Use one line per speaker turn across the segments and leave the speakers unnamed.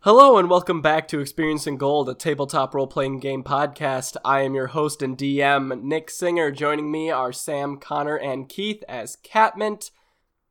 Hello and welcome back to Experiencing Gold, a tabletop role playing game podcast. I am your host and DM, Nick Singer. Joining me are Sam, Connor, and Keith as Catmint,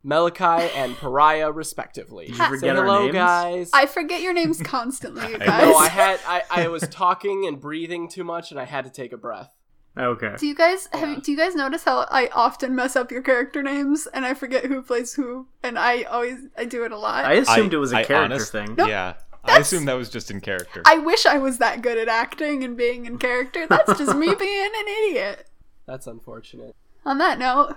Melikai, and Pariah, respectively.
Did you forget
Say
our
hello,
names?
guys.
I forget your names constantly, you
I
guys.
no, I had I, I was talking and breathing too much, and I had to take a breath.
Okay.
do you guys have,
Yeah.
do you guys notice how I often mess up your character names and I forget who plays who and I always I do it a lot. I,
I assumed
I-
it was a
I
character
honest-
thing.
No,
yeah, I
that's-
assume that was just in character.
wish I was that good at acting and being in character. That's just me being an idiot.
That's unfortunate.
On that note,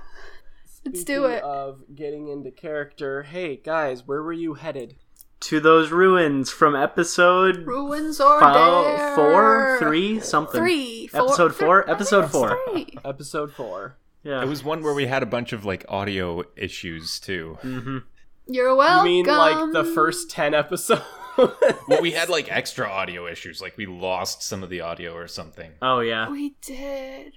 Let's do
Speaking
it.
Of getting into character. Hey guys, where were you headed?
To those ruins from episode
ruins or
fo-
dare.
four, three, something.
three, four,
Episode
three-
four?
I think
Episode
it's
four.
three.
Episode four.
Yeah.
It was one where we had a bunch of like audio issues too.
hmm
You're welcome.
You mean like the first ten episodes?
Well, we had like extra audio issues, like we lost some of the audio or something.
Oh yeah.
We did.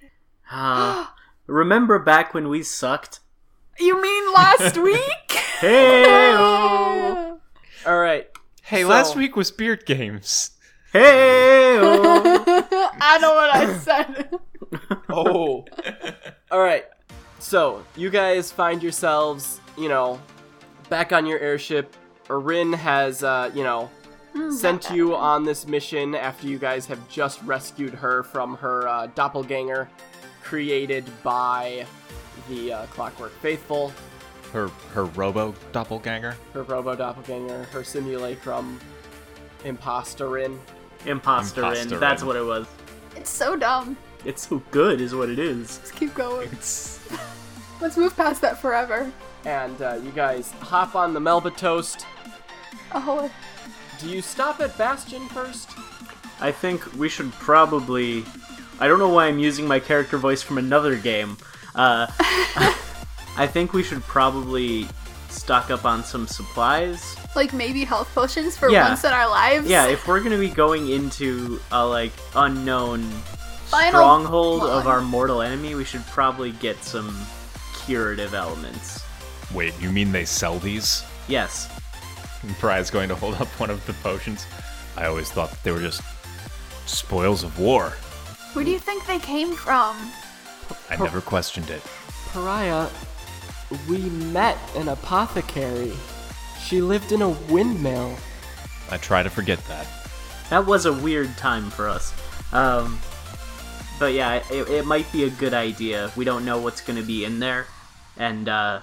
Uh, remember back when we sucked?
you mean last week?
Hey.
All right.
Hey,
So-
last week was Beard Games.
Hey.
I know what I said.
Oh. All right. So you guys find yourselves, you know, back on your airship. Erin has, uh, you know, sent you on this mission after you guys have just rescued her from her uh, doppelganger, created by the uh, Clockwork Faithful,
Her her robo doppelganger.
her robo doppelganger, her simulacrum imposterin.
Imposter in.
Imposter
That's
in.
what it was.
It's so dumb.
It's so good is what it is.
Let's keep going.
It's
Let's move past that forever.
And uh, you guys hop on the Melba Toast.
Oh,
Do you stop at Bastion first?
I think we should probably I don't know why I'm using my character voice from another game. Uh, I think we should probably stock up on some supplies
like maybe health potions for
Yeah.
once in our lives.
Yeah, if we're gonna be going into a like unknown
Final
stronghold of
plot.
our mortal enemy, we should probably get some curative elements.
wait, you mean they sell these?
Yes.
And Pariah's going to hold up one of the potions. I always thought that they were just spoils of war.
Where do you think they came from?
I never questioned it.
Pariah, we met an apothecary. She lived in a windmill.
I try to forget that.
That was a weird time for us. Um but yeah, it, it might be a good idea. We don't know what's gonna be in there. And uh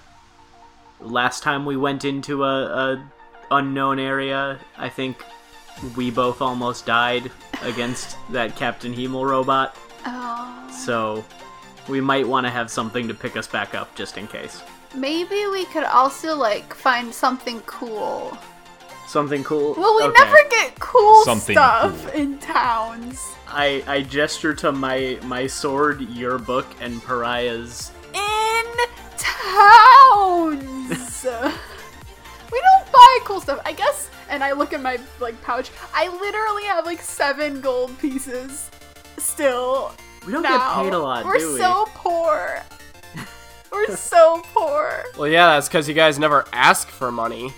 last time we went into a, a unknown area, I think we both almost died against that Captain Hemel robot.
Oh,
so we might want to have something to pick us back up just in case.
maybe we could also like find something cool.
Something cool.
Well, we
Okay.
never get cool
Something
stuff
cool.
in towns.
I I gesture to my my sword, your book, and Pariah's.
In towns. we don't buy cool stuff. I guess. And I look in my like pouch. I literally have like seven gold pieces still
We don't
now.
get paid a lot,
We're
do we?
so poor. We're so poor.
Well, yeah, that's because you guys never ask for money.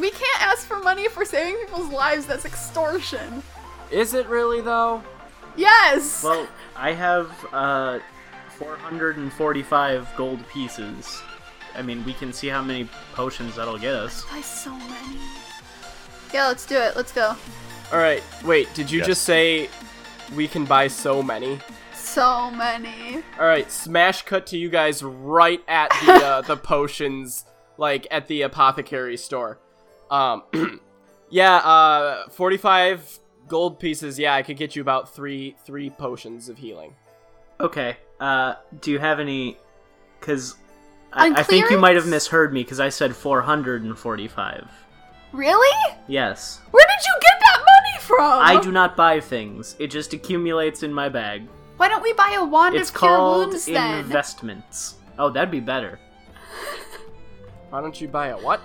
We can't ask for money if we're saving people's lives. That's extortion.
Is it really, though?
Yes.
Well, I have uh, 445 gold pieces. I mean, we can see how many potions that'll get us.
Buy so many. Yeah, let's do it. Let's go.
All right, wait, did you
Yes.
just say we can buy so many?
So many.
All right, smash cut to you guys right at the uh, the potions, like at the apothecary store. Um, yeah, uh, forty five gold pieces. Yeah, I could get you about three three potions of healing.
Okay. Uh, do you have any? Because
On
I, I think you
clearance?
might have misheard me because I said 445.
Really?
Yes.
Where did you get that money from?
I do not buy things. It just accumulates in my bag.
Why don't we buy a wand
It's
of cure
called
wounds then?
investments. Oh, that'd be better.
Why don't you buy a what?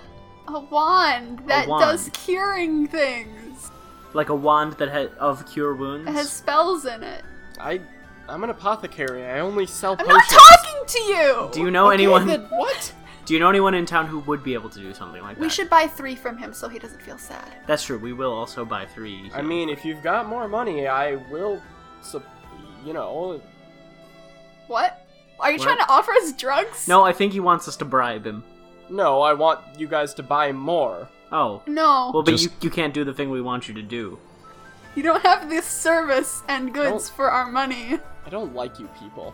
a wand that
wand.
does curing things.
Like a wand that had of cure wounds.
It has spells in it.
I I'm an apothecary. I only sell
I'm
potions.
not talking to you.
Do you know
Okay,
anyone?
then what?
Do you know anyone in town who would be able to do something like that?
We should buy three from him so he doesn't feel sad.
That's true. We will also buy three.
I mean, if you've got more money, I will, sup- you know.
What? Are you
What?
trying to offer us drugs?
no, I think he wants us to bribe him.
No, I want you guys to buy more.
Oh,
No.
well, but
Just-
you you can't do the thing we want you to do.
you don't have this service and goods for our money.
I don't like you people.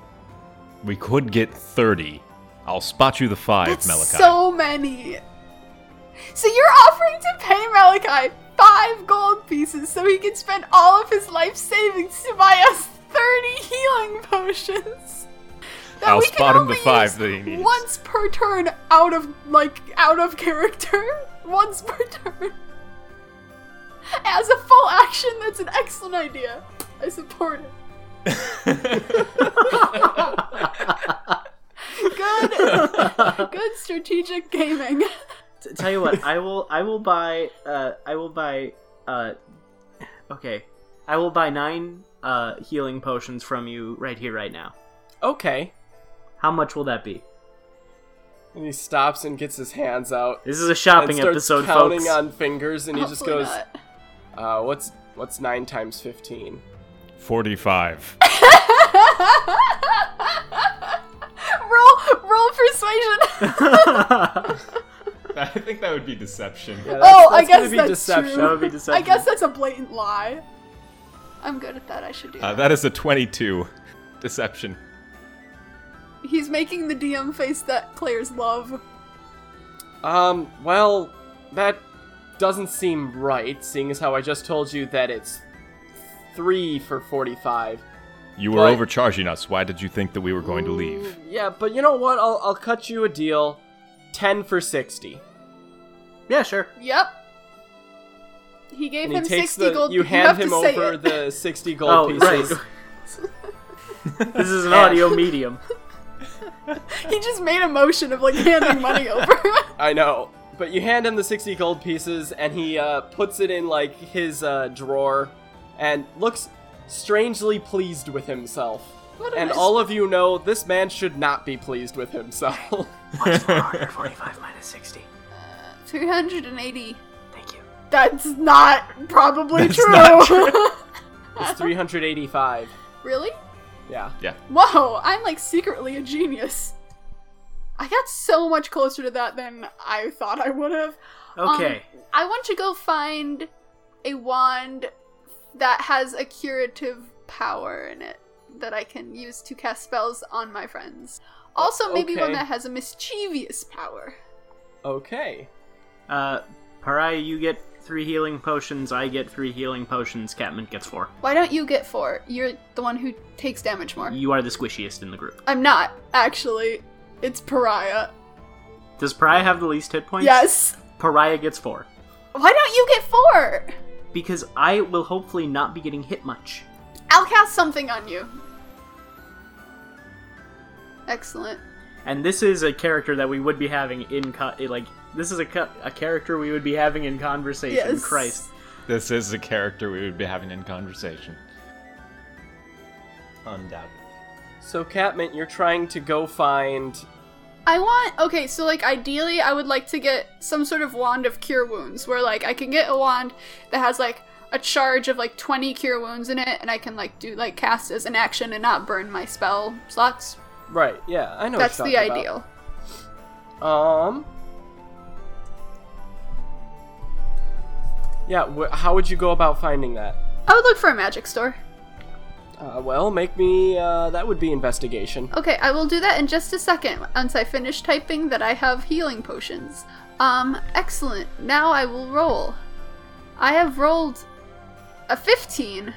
We could get 30. I'll spot you the five,
That's
Malachi.
so many. So you're offering to pay Malachi five gold pieces so he can spend all of his life savings to buy us 30 healing potions. That
I'll
we can
spot him the
only
five
use
that he needs.
Once per turn out of like out of character. Once per turn. As a full action, that's an excellent idea. I support it. Good good strategic gaming.
T- tell you what, I will I will buy uh I will buy uh okay. I will buy 9 uh healing potions from you right here right now.
Okay.
How much will that be?
And he stops and gets his hands out.
This is a
and
shopping
starts
episode,
counting
folks.
on fingers, and he just
Hopefully
goes,
not.
uh, "What's what's nine times 15?
45.
roll roll persuasion.
I think that would be deception.
Yeah, that's-
Oh, I
that's gonna
guess
be
that's
deception.
true.
that would be
I
deception.
guess that's a blatant lie. I'm good at that. I should do
Uh,
that.
that is a 22. Deception.
He's making the DM face that players love.
Um, well, that doesn't seem right, seeing as how I just told you that it's three for 45.
You were
But-
overcharging us. Why did you think that we were going to leave?
Mm, Yeah, but you know what? I'll, I'll cut you a deal 10 for 60.
Yeah, sure.
Yep. He gave
And
him
he takes
60
the.
gold.
you
have
hand
to
him
say
over
it.
the 60 gold
Oh,
pieces.
right. this is an audio medium.
He just made a motion of like handing money over.
I know. But you hand him the 60 gold pieces, and he uh, puts it in, like, his uh, drawer and looks strangely pleased with himself.
What a
And
nice-
all of you know this man should not be pleased with himself.
45 minus 60.
380.
Thank you.
That's not probably
That's
true.
not
it's 385.
really?
Yeah.
Yeah.
Whoa, I'm like secretly a genius. I got so much closer to that than I thought I would have. Um,
Okay.
I want to go find a wand that has a curative power in it that I can use to cast spells on my friends. Also, maybe one
okay.
that has a mischievous power.
Okay.
uh Pariah, you get 3 healing potions. I get 3 healing potions. Catman gets 4.
Why don't you get four? You're the one who takes damage more.
You are the squishiest in the group.
I'm not, actually. It's Pariah.
Does Pariah have the least hit points?
Yes.
Pariah gets 4.
Why don't you get four?
because I will hopefully not be getting hit much.
I'll cast something on you. Excellent.
And this is a character that we would be having in co- like this is a co- a character we would be having in conversation.
Yes.
Christ,
This is a character we would be having in conversation. Undoubtedly.
So, Catmint, you're trying to go find.
I want okay, so like ideally I would like to get some sort of wand of cure wounds where like I can get a wand that has like a charge of like 20 cure wounds in it and I can like do like cast as an action and not burn my spell slots.
Right. Yeah, I know.
That's
what
the
you're talking
ideal.
about. Um. Yeah. Wh- how would you go about finding that?
I would look for a magic store.
Uh, well, make me. Uh, that would be investigation.
Okay, I will do that in just a second once I finish typing that I have healing potions. Um, excellent. Now I will roll. I have rolled a 15.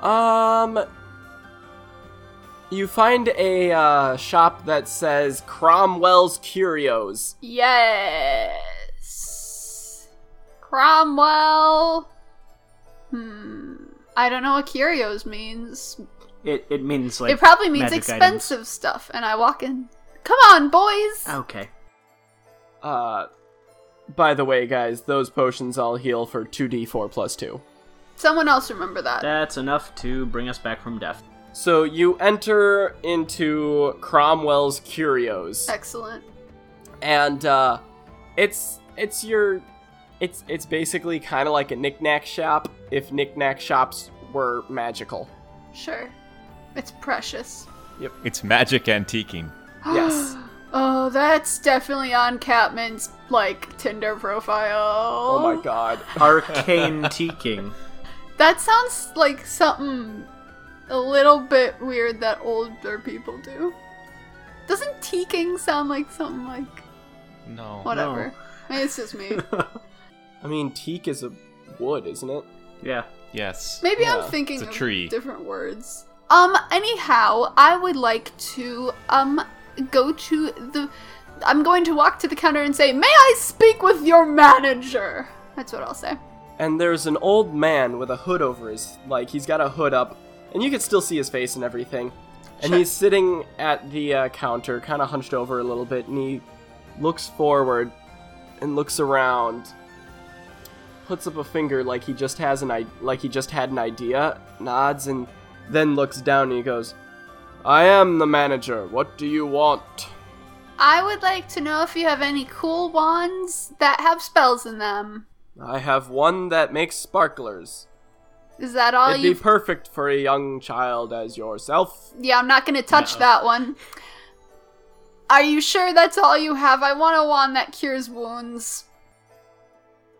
Um. You find a uh, shop that says Cromwell's Curios.
Yes. Cromwell. Hmm. I don't know what curios means.
it it means like
it probably means
magic
expensive stuff, and I walk in. Come on, boys!
items. Okay,
Uh. By the way, guys, those potions all heal for 2d4 plus 2.
Someone else remember that.
that's enough to bring us back from death.
So you enter into Cromwell's Curios.
Excellent.
and uh, it's it's your it's it's basically kind of like a knickknack shop if knickknack shops were magical.
Sure. It's precious.
It's magic antiquing.
Yes.
oh, that's definitely on Catman's like Tinder profile.
Oh my god.
Arcane teaking.
That sounds like something a little bit weird that older people do. Doesn't teaking sound like something like
No.
whatever? Maybe It's just me.
I mean, teak is a wood, isn't it?
Yeah.
Yes.
Maybe
Yeah,
I'm thinking
it's a
of
tree.
different words. Um. Anyhow, I would like to um go to the. I'm going to walk to the counter and say, "May I speak with your manager?" That's what I'll say.
And there's an old man with a hood over his like he's got a hood up, and you can still see his face and everything. And
Sure.
he's sitting at the uh, counter, kind of hunched over a little bit, and he looks forward and looks around, puts up a finger like he just has an I- like he just had an idea, nods, and then looks down and he goes, "I am the manager. What do you want?"
I would like to know if you have any cool wands that have spells in them.
I have one that makes sparklers.
Is that all
It'd
Oh, you?
be perfect for a young child as yourself.
yeah, I'm not going to touch
No.
that one. Are you sure that's all you have? I want a wand that cures wounds.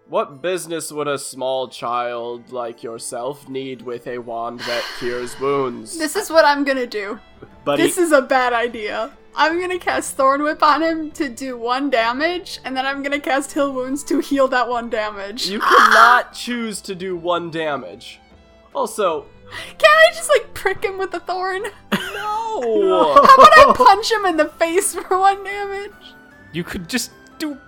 What business would a small child like yourself need with a wand that cures wounds?
This is what I'm going to do.
Buddy,
This is a bad idea. I'm gonna cast Thorn Whip on him to do one damage, and then I'm gonna cast Heal Wounds to heal that one damage.
You cannot choose to do one damage. Also,
Can't I just like prick him with a thorn?
no!
How about I punch him in the face for one damage?
You could just do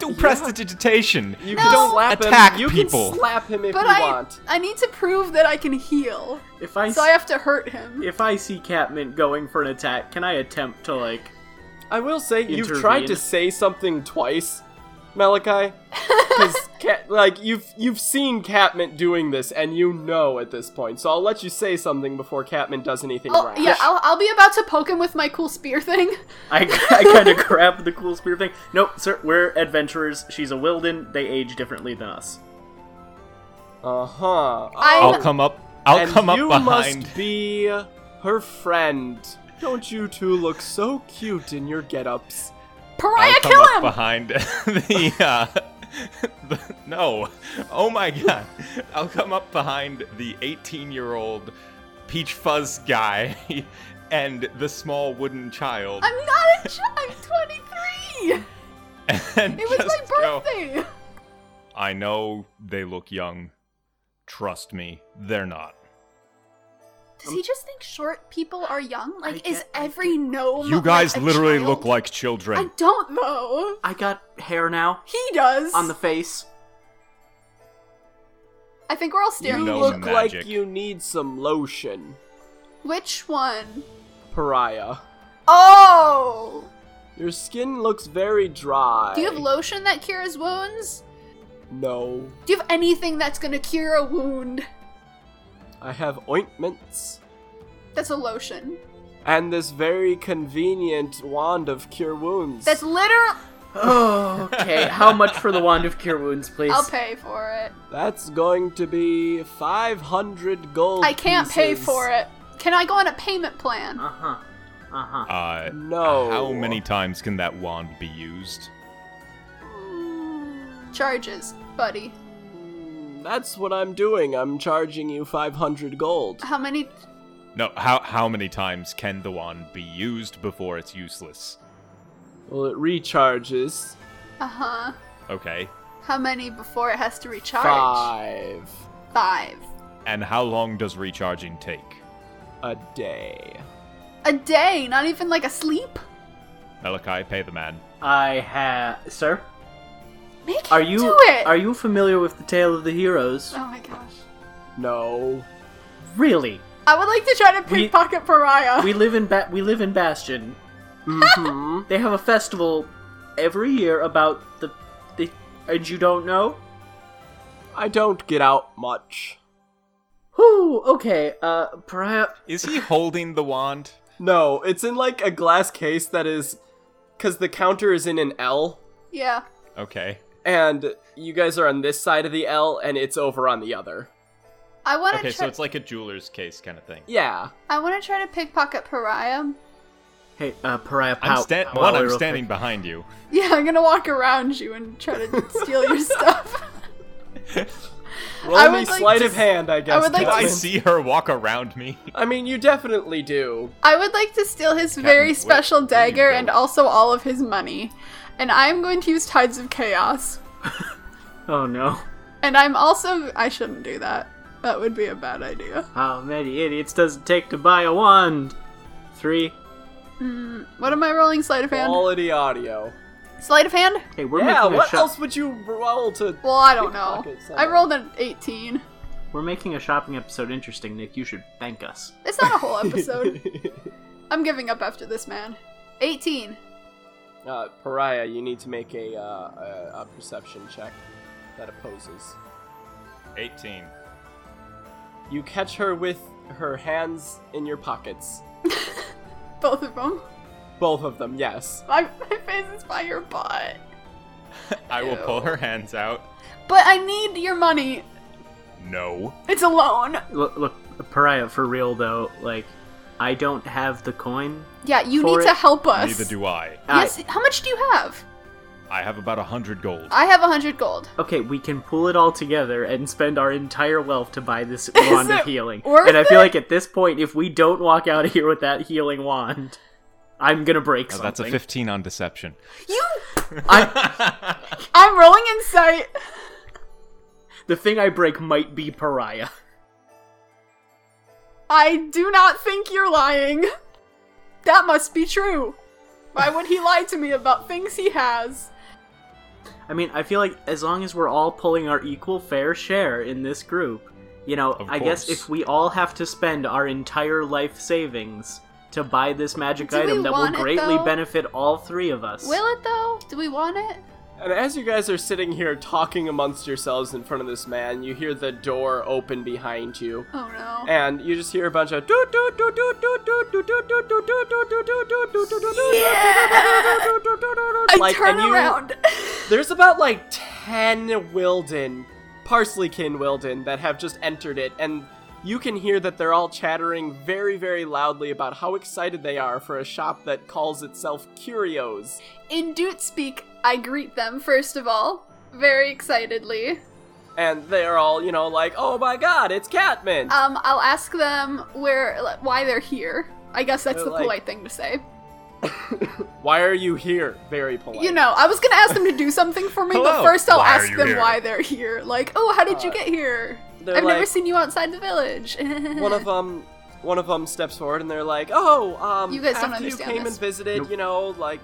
do prestidigitation.
You
No.
can slap
Attack
him. You
people.
can slap him if
But
you
I
want.
I need to prove that I can heal,
if I,
so I have to hurt him.
if I see Catmint going for an attack, can I attempt to like?
I will say you've
Intervene.
tried to say something twice, Malachi. Because like you've you've seen Catman doing this, and you know at this point. So I'll let you say something before Catman does anything
Oh
rash.
yeah, I'll, I'll be about to poke him with my cool spear thing.
I, I kind of grab the cool spear thing. Nope, sir, we're adventurers. She's a Wilden. They age differently than us.
Uh huh.
I'll
I'm
come up. I'll
and
come up
you
behind.
must be her friend. Don't you two look so cute in your get-ups?
pariah.
I'll come
Kill
up
him.
behind the, uh, the. No. Oh my god. I'll come up behind the 18 year old peach fuzz guy and the small wooden child.
I'm not a child. I'm 23.
and
It was
just
my
go,
birthday.
I know they look young. Trust me, they're not.
Does he just think short people are young? Like,
I
is
get- I
every gnome?
You guys
like, a
literally
child?
look like
I
children.
don't know.
I got hair now
He does.
on the face.
I think we're all staring.
You
know
look
magic.
like you need some lotion,
Which one?
pariah.
Oh.
Your skin looks very dry.
Do you have lotion that cures wounds?
No.
Do you have anything that's gonna cure a wound?
I have ointments.
That's a lotion.
And this very convenient wand of cure wounds.
That's literal.
Oh, okay. How much for the wand of cure wounds, please?
I'll pay for it.
That's going to be 500 gold.
I can't pay for it. Can I go on a payment plan?
Uh huh. Uh huh.
Uh,
No.
How many times can that wand be used?
Charges, buddy.
That's what I'm doing. I'm charging you 500 gold.
How many?
No, how how many times can the wand be used before it's useless?
Well, it recharges.
Uh huh.
Okay.
How many before it has to recharge?
Five
Five.
And how long does recharging take?
a day.
A day, not even like a sleep.
Malachi, pay the man.
I have, sir.
Make him
Are you
do it.
are you familiar with the tale of the heroes?
Oh my gosh.
No.
Really?
I would like to try to
We-
pickpocket Pariah.
We live in ba- we live in Bastion.
hmm
They have a festival every year about the, the and you don't know?
I don't get out much.
Whoo, okay. Uh pariah
Is he holding the wand?
No, it's in like a glass case that is because the counter is in an L,
Yeah.
Okay.
and you guys are on this side of the L, and it's over on the other.
I want to
Okay, so
try.
it's like a jeweler's case kind of thing.
Yeah.
I want to try to pickpocket Pariah.
Hey, uh, Pariah
I'm,
Pout.
sta-
Wally,
one, I'm
real
standing
quick.
behind you.
Yeah, I'm gonna walk around you and try to steal your stuff.
Roll
I
me
would like
sleight
to
of
s-
hand, I guess.
would like
Did
to
I
Caitlin.
see her walk around me?
I mean, you definitely do.
I would like to steal his very
Whip,
special
there you
dagger
go.
and also all of his money. And I'm going to use Tides of Chaos.
Oh no.
And I'm also. I shouldn't do that. That would be a bad idea.
How many idiots does it take to buy a wand? Three.
What am I rolling? Sleight of hand?
Quality audio.
Sleight of hand?
Hey, we're
yeah,
making a
what
shop.
else would you roll to?
Well, I don't know.
Pickpocket someone.
I rolled an 18.
We're making a shopping episode interesting, Nick. You should thank us.
It's not a whole episode. I'm giving up after this man. 18.
Uh, Pariah, you need to make a, uh, a, a perception check that opposes.
18.
You catch her with her hands in your pockets.
Both of them.
Both of them, yes.
My, my face is by your butt.
I will pull
Ew.
her hands out.
But I need your money.
No.
It's a loan.
Look, look, Pariah, for real though, like, I don't have the coin.
Yeah, you
For
need
it-
to help us.
Neither do I.
I-
Yes, how much do you have?
I have about a hundred gold.
I have 100 gold.
okay, we can pull it all together and spend our entire wealth to buy this wand
it
of healing.
worth
and I feel
it?
like at this point, if we don't walk out of here with that healing wand, I'm gonna break
Oh,
something.
that's a 15 on deception.
You. I'm rolling insight.
The thing I break might be Pariah.
I do not think you're lying. That must be true. Why would he lie to me about things he has?
I mean, I feel like as long as we're all pulling our equal fair share in this group, you know,
Of
I guess
course.
if we all have to spend our entire life savings to buy this magic
Do we
item that will
want it,
greatly
though?
benefit all three of us.
Will it though? Do we want it?
And as you guys are sitting here talking amongst yourselves in front of this man, you hear the door open behind you.
Oh no.
And you just hear a bunch of doot doot doot doot doot doot doot doot doot doot doot doot doot doot doot doot doot doot
Yeah!
doot doot doot doot doot
I
like,
turn
and you-
around.
There's about like 10 Wilden, Parsleykin Wilden, that have just entered it, and you can hear that they're all chattering very, very loudly about how excited they are for a shop that calls itself Curios.
In Doot speak, I greet them first of all, very excitedly.
And they're all, you know, like, oh my god, it's Catman!
Um, I'll ask them where, like, why they're here. I guess that's
They're
the
like-
polite thing to say.
Why are you here? Very polite.
You know, I was gonna ask them to do something for me, but
Hello.
first I'll
Why are
ask
you
them
here?
why they're here. Like, oh, how did you
Uh,
get here?
they're
I've never
like-
seen you outside the village.
one of them one of them steps forward and they're like oh um
You guys don't
after you
understand
came
this.
and visited
Nope.
you know like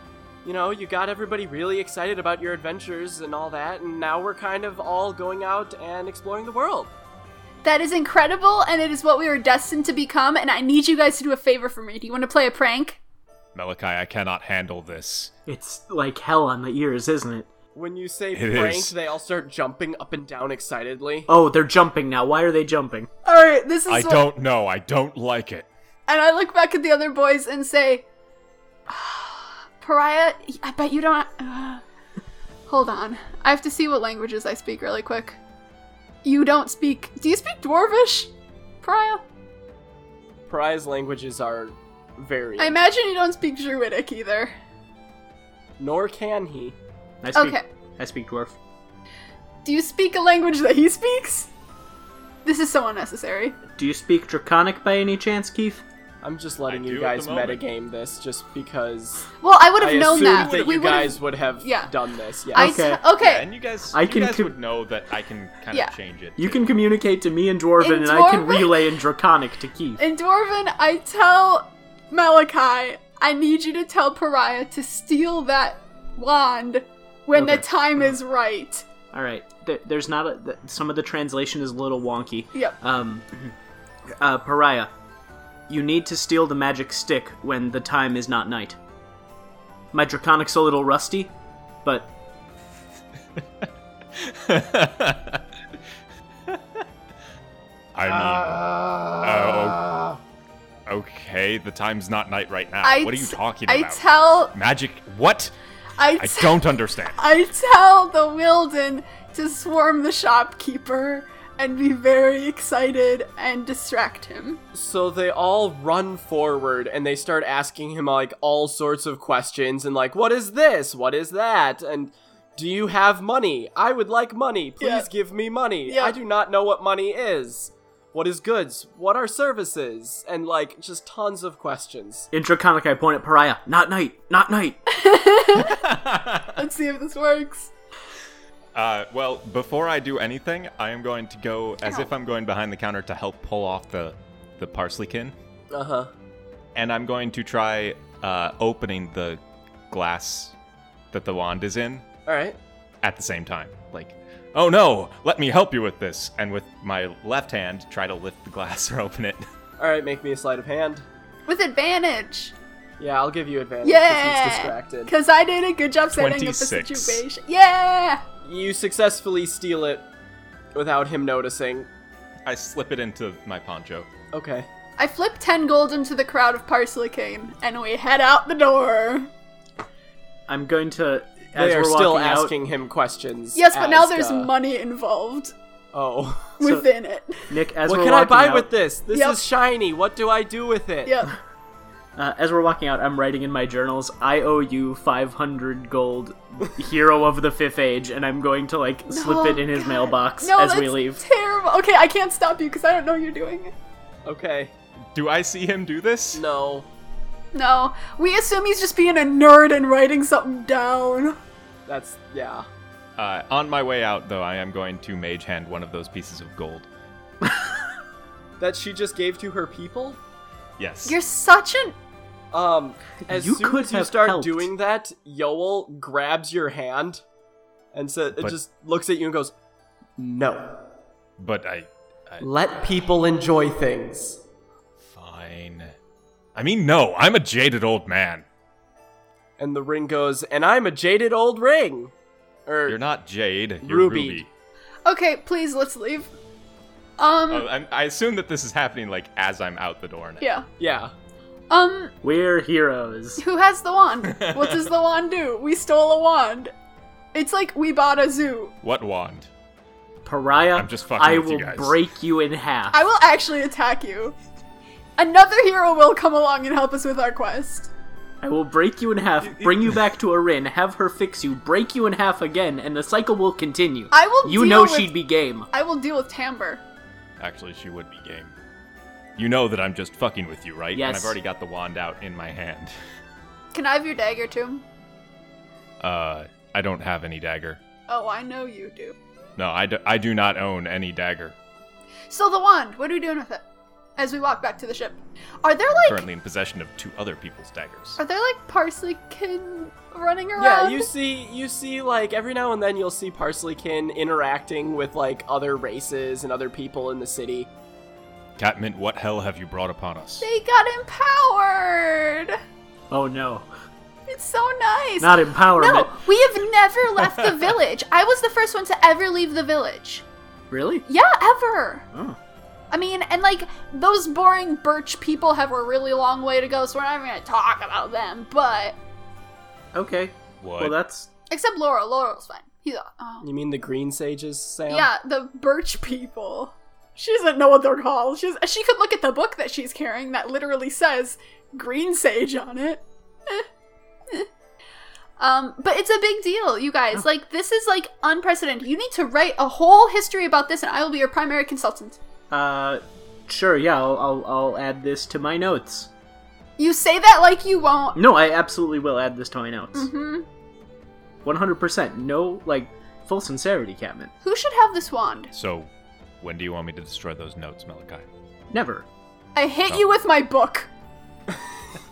you know you got everybody really excited about your adventures and all that and now we're kind of all going out and exploring the world
That is incredible, and it is what we were destined to become. And I need you guys to do a favor for me. Do you want to play a prank?
Malachi, I cannot handle this.
It's like hell on the ears, isn't it?
when you say
It
prank
is.
they all start jumping up and down excitedly
Oh, they're jumping now. Why are they jumping?
All right, this is.
I
what-
don't know. I don't like it.
And I look back at the other boys and say, Pariah, I bet you don't. hold on. I have to see what languages I speak really quick. You don't speak. Do you speak Dwarvish, Pariah?
prize languages are very
I imagine you don't speak Druidic either.
nor can he
I speak,
Okay.
I speak dwarf.
Do you speak a language that he speaks? This is so unnecessary.
Do you speak draconic by any chance, Keith?
i'm just letting
do
you
at
guys
the moment.
metagame this just because
Well, I would
i
have known
assumed
that.
that,
we
you
would have-
guys would have
yeah.
done this yes
I
Okay.
t- okay.
Yeah, and you guys,
I
you
can
guys
com-
would know that I can kind
Yeah.
of change it.
You
too.
can communicate to me in dwarven,
In
and I can
Dwarven?
relay in draconic to Keith.
In Dwarven, I tell Malachi, I need you to tell Pariah to steal that wand when the
Okay.
time is right.
All right. There, there's not a. th- some of the translation is a little wonky.
Yep.
Um,
Mm-hmm.
uh, Pariah, you need to steal the magic stick when the time is not night. My draconic's a little rusty, but
I mean, oh, okay. The time's not night right now.
I
what are you
t-
talking
I
about?
tell
Magic What?
I
I
t-
don't understand.
I tell the Wilden to swarm the shopkeeper and be very excited and distract him.
So they all run forward and they start asking him like all sorts of questions and like, what is this? What is that? And do you have money? I would like money. Please
Yeah.
give me money.
Yeah.
I do not know what money is. What is goods? What are services? And like just tons of questions.
Intraconic, I point at Pariah. Not night, not night.
Let's see if this works.
Uh, well, before I do anything, I am going to go as if I'm going behind the counter to help pull off the the parsleykin,
Uh huh.
and I'm going to try uh, opening the glass that the wand is in
All right.
at the same time. Like, oh no, let me help you with this, and with my left hand try to lift the glass or open it.
All right. Make me a sleight of hand.
With advantage.
Yeah, I'll give you advantage. 'cause
Yeah.
He's distracted.
Because I did a good job setting up the
26.
situation. Yeah!
You successfully steal it without him noticing.
I slip it into my poncho.
Okay.
I flip 10 gold into the crowd of Parsleycane and we head out the door.
I'm going to. As
They are
we're
still
walking out-
asking him questions.
Yes, but now
as,
there's
uh,
money involved
Oh.
within it.
Nick, as
what
we're
can I
walking
buy
out-
with this? This
Yep.
is shiny. What do I do with it?
Yep.
Uh, as we're walking out, I'm writing in my journals, I owe you 500 gold, hero of the fifth age, and I'm going to, like, slip
No,
it in his
Oh, God.
mailbox
No,
as
that's
we leave.
terrible. Okay, I can't stop you because I don't know you're doing it.
Okay.
Do I see him do this?
No.
No, we assume he's just being a nerd and writing something down.
That's yeah.
Uh, on my way out, though, I am going to mage hand one of those pieces of gold.
That she just gave to her people.
Yes.
You're such an.
Um, as
You
soon
could
as you
have
start
helped.
doing that, Yoel grabs your hand, and so it
But-
just looks at you and goes, "No,
but I. I
let people enjoy things."
Fine. I mean, no, I'm a jaded old man.
And the ring goes, "And I'm a jaded old ring." Or
You're not Jade, you're
Er, Ruby.
Ruby.
Okay, please let's leave. Um,
Oh, I'm, I assume that this is happening, like, as I'm out the door now.
yeah.
yeah.
Um,
We're heroes.
who has the wand? what does the wand do? We stole a wand. It's like we bought a zoo.
What wand?
Pariah,
I'm just fucking
I
with you
will
guys.
break you in half.
I will actually attack you. Another hero will come along and help us with our quest.
I will break you in half, bring you back to Arin, have her fix you, break you in half again, and the cycle will continue.
I will
You
deal
know
with-
she'd be game.
I will deal with Tamber.
Actually, she would be game. You know that I'm just fucking with you, right? And
Yes.
I've already got the wand out in my hand.
Can I have your dagger too?
Uh, I don't have any dagger.
Oh, I know you do.
No, I do, I do not own any dagger
So the wand, what are we doing with it? As we walk back to the ship, are there like
currently in possession of two other people's daggers.
are there like parsley kin running around?
Yeah, you see, you see, like every now and then you'll see Parsleykin interacting with like other races and other people in the city.
Catmint, what hell have you brought upon us?
they got empowered.
Oh no.
It's so nice.
Not empowerment.
no, we have never left the village. I was the first one to ever leave the village.
Really?
Yeah, ever.
Oh.
I mean, and like those boring birch people have a really long way to go, so we're not even gonna talk about them. But
Okay.
What?
Well, that's.
except Laurel, Laurel's fine. He's oh.
You mean the Green Sages, Sam?
Yeah, the birch people. She doesn't know what they're called. She's, she could look at the book that she's carrying that literally says green sage on it. Eh, eh. um, but it's a big deal, you
Oh.
guys. Like, this is like unprecedented. You need to write a whole history about this, and I will be your primary consultant.
Uh, sure, yeah, I'll, I'll, I'll add this to my notes.
You say that like you won't.
No, I absolutely will add this to my notes.
hmm
100%. No, like, full sincerity, Catman.
Who should have this wand?
So, when do you want me to destroy those notes, Malachi?
Never.
I hit
Oh.
you with my book.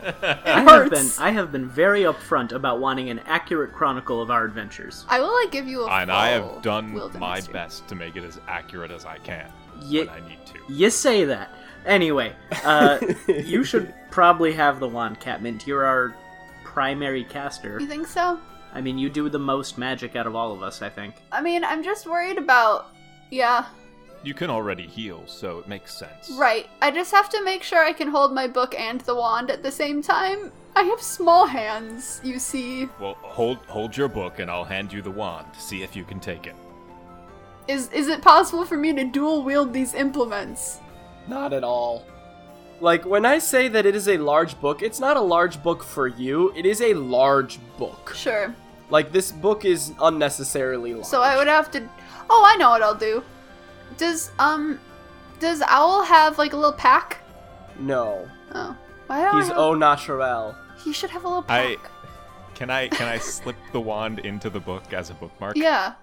I have been
hurts.
I have been very upfront about wanting an accurate chronicle of our adventures.
I will like give you a.
And I
full
have done
wilderness
my
history.
best to make it as accurate as I can
Ye-
when I need to.
You say that. Anyway, uh, you should probably have the wand, Catmint. You're our primary caster.
You think so?
I mean, you do the most magic out of all of us, I think.
I mean, I'm just worried about. Yeah.
you can already heal, so it makes sense.
Right. I just have to make sure I can hold my book and the wand at the same time. I have small hands, you see.
Well, hold hold your book, and I'll hand you the wand. See if you can take it.
Is is it possible for me to dual wield these implements?
Not at all. Like, when I say that it is a large book, it's not a large book for you, it is a large book.
Sure.
Like, this book is unnecessarily large.
So I would have to Oh, I know what I'll do. Does um does Owl have like a little pack?
No.
Oh. Why don't I
He's
have-
au naturel.
He should have a little
I-
pack.
Can I can I slip the wand into the book as a bookmark?
Yeah.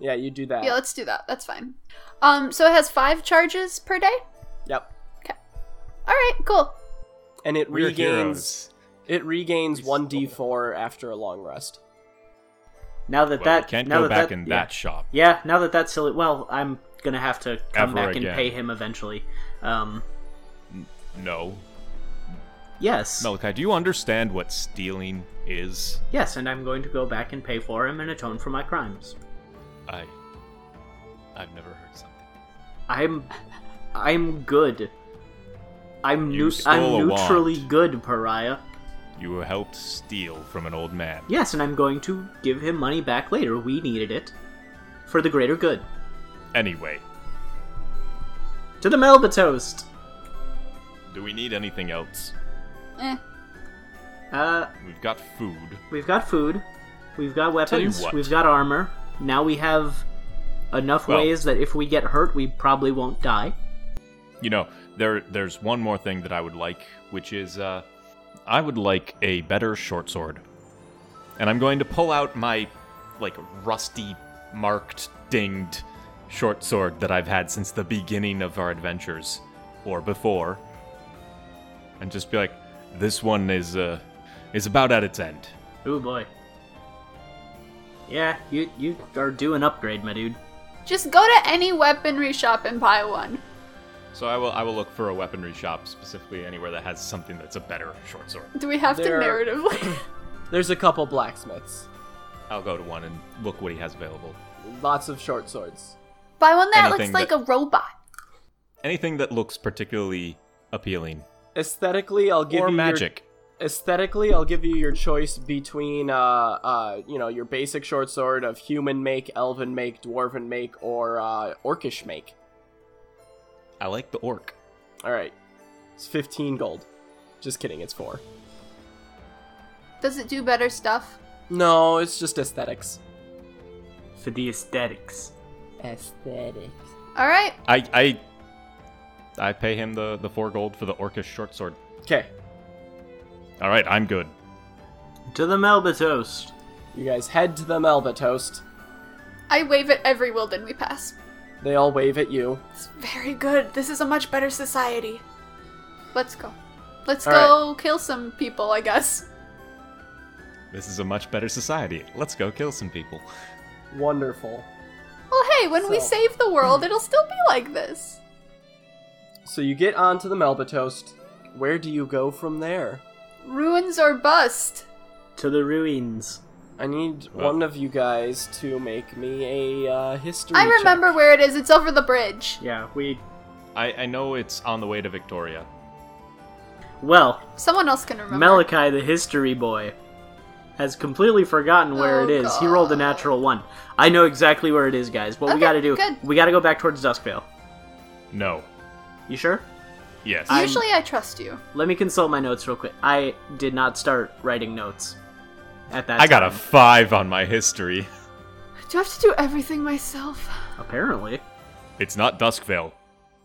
Yeah, you do that.
Yeah, let's do that. That's fine. Um so it has 5 charges per day?
Yep.
All right, cool.
And it
We're
regains
heroes.
it regains
We
one
stole
D four after a long rest.
Now that
Well,
that
we can't
now
go
that
back
that,
in
yeah.
that shop.
Yeah, now that that's silly. Well, I'm gonna have to come
Ever
back
again.
and pay him eventually. Um,
No,
yes,
Malachi, do you understand what stealing is?
yes, and I'm going to go back and pay for him and atone for my crimes.
I I've never heard something.
I'm, I'm good. I'm
You
neu-
stole
I'm
a
neutrally
wand.
good, pariah.
You helped steal from an old man.
Yes, and I'm going to give him money back later. We needed it for the greater good.
Anyway,
To the Melba toast.
do we need anything else?
Eh.
Uh,
We've got food.
we've got food, we've got
Tell you
weapons,
what.
we've got armor. Now we have enough
Well-
ways that if we get hurt, we probably won't die.
You know, there there's one more thing that I would like, which is uh I would like a better short sword. And I'm going to pull out my like rusty marked dinged short sword that I've had since the beginning of our adventures or before and just be like this one is uh is about at its end.
Oh boy. Yeah, you you are due an upgrade, my dude.
Just go to any weaponry shop and buy one.
So I will I will look for a weaponry shop specifically anywhere that has something that's a better short sword.
Do we have
There-
to narratively?
There's a couple blacksmiths.
I'll go to one and look what he has available.
Lots of short swords.
buy one that looks
Anything
like
that-
a robot.
Anything that looks particularly appealing
Aesthetically I'll give
or
you your-
magic.
aesthetically i'll give you your choice between uh uh you know your basic short sword of human make elven make dwarven make or uh orcish make
I like the orc.
all right it's 15 gold just kidding it's four
Does it do better stuff?
no it's just aesthetics
For the aesthetics.
aesthetics
All right.
I I I pay him the the four gold for the orcish short sword.
okay
All right, I'm good.
To the Melba toast.
you guys head to the melba toast
I wave at every Wilden we pass.
they all wave at you
It's very good. This is a much better society. Let's go. Let's
All
go kill some people, I guess.
This is a much better society. Let's go kill some people.
wonderful
Well, hey, when we
So-
save the world, it'll still be like this.
so you get onto the melba toast where do you go from there
Ruins or bust.
To the ruins.
i need
Well-
one of you guys to make me a uh, history
I remember
check.
where it is. It's over the bridge.
Yeah, we.
I I know it's on the way to Victoria.
Well,
Someone else can remember.
Malachi the history boy has completely forgotten where
Oh,
it is. He rolled a
God.
natural one. I know exactly where it is, guys. What
Okay,
we gotta do?
good.
We gotta go back towards Duskvale.
No.
You sure?
Yes.
I- I'm-
Usually, I trust you.
Let me consult my notes real quick. I did not start writing notes at that.
I got a
time,
five on my history.
Do I have to do everything myself?
Apparently,
It's not Duskvale.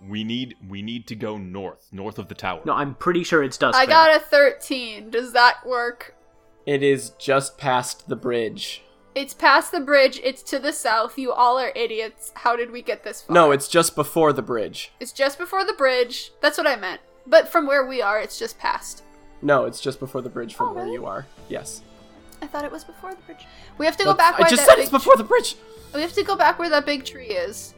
We need we need to go north, north of the tower.
no. I'm pretty sure it's Duskvale.
I got a 13. Does that work?
It is just past the bridge.
It's past the bridge. It's to the south. You all are idiots. How did we get this far?
No, it's just before the bridge.
It's just before the bridge. That's what I meant. But from where we are, it's just past.
No, it's just before the bridge from
Oh,
where
really?
you are. Yes.
I thought it was before the bridge. We have to go
That's-
back.
I
where
just
that
said
big
it's before the bridge.
tr- we have to go back where that big tree is.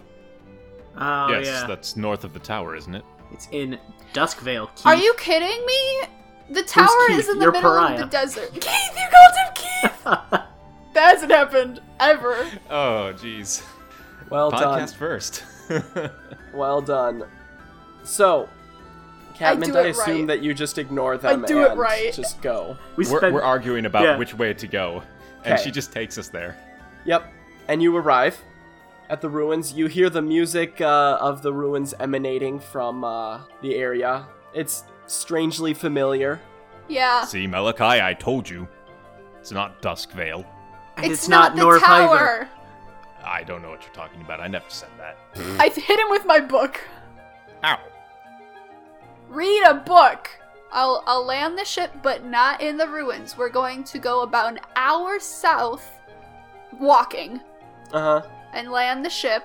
Oh
yes,
yeah,
that's north of the tower, isn't it?
it's in Duskvale. Keith.
Are you kidding me? The tower
Keith?
is in the
You're
middle
pariah.
of the desert. Keith, you called him Keith. that hasn't happened ever.
Oh, jeez.
Well
Podcast
done.
first.
Well done. So, Catmint,
do
I,
it
assume
right.
that you just ignore them
do it
and
right.
just go.
We
We're,
spent
we're arguing about
Yeah.
which way to go, and
Okay.
she just takes us there.
Yep. And you arrive at the ruins. You hear the music uh, of the ruins emanating from uh, the area. It's strangely familiar.
Yeah.
See, Malachi, I told you. It's not Dusk Vale.
and it's, not, North
the
either.
tower.
I don't know what you're talking about. I never said that.
I hit him with my book.
Ow.
Read a book. I'll I'll land the ship, but not in the ruins. We're going to go about an hour south, walking,
Uh-huh.
Uh huh.
and land the ship,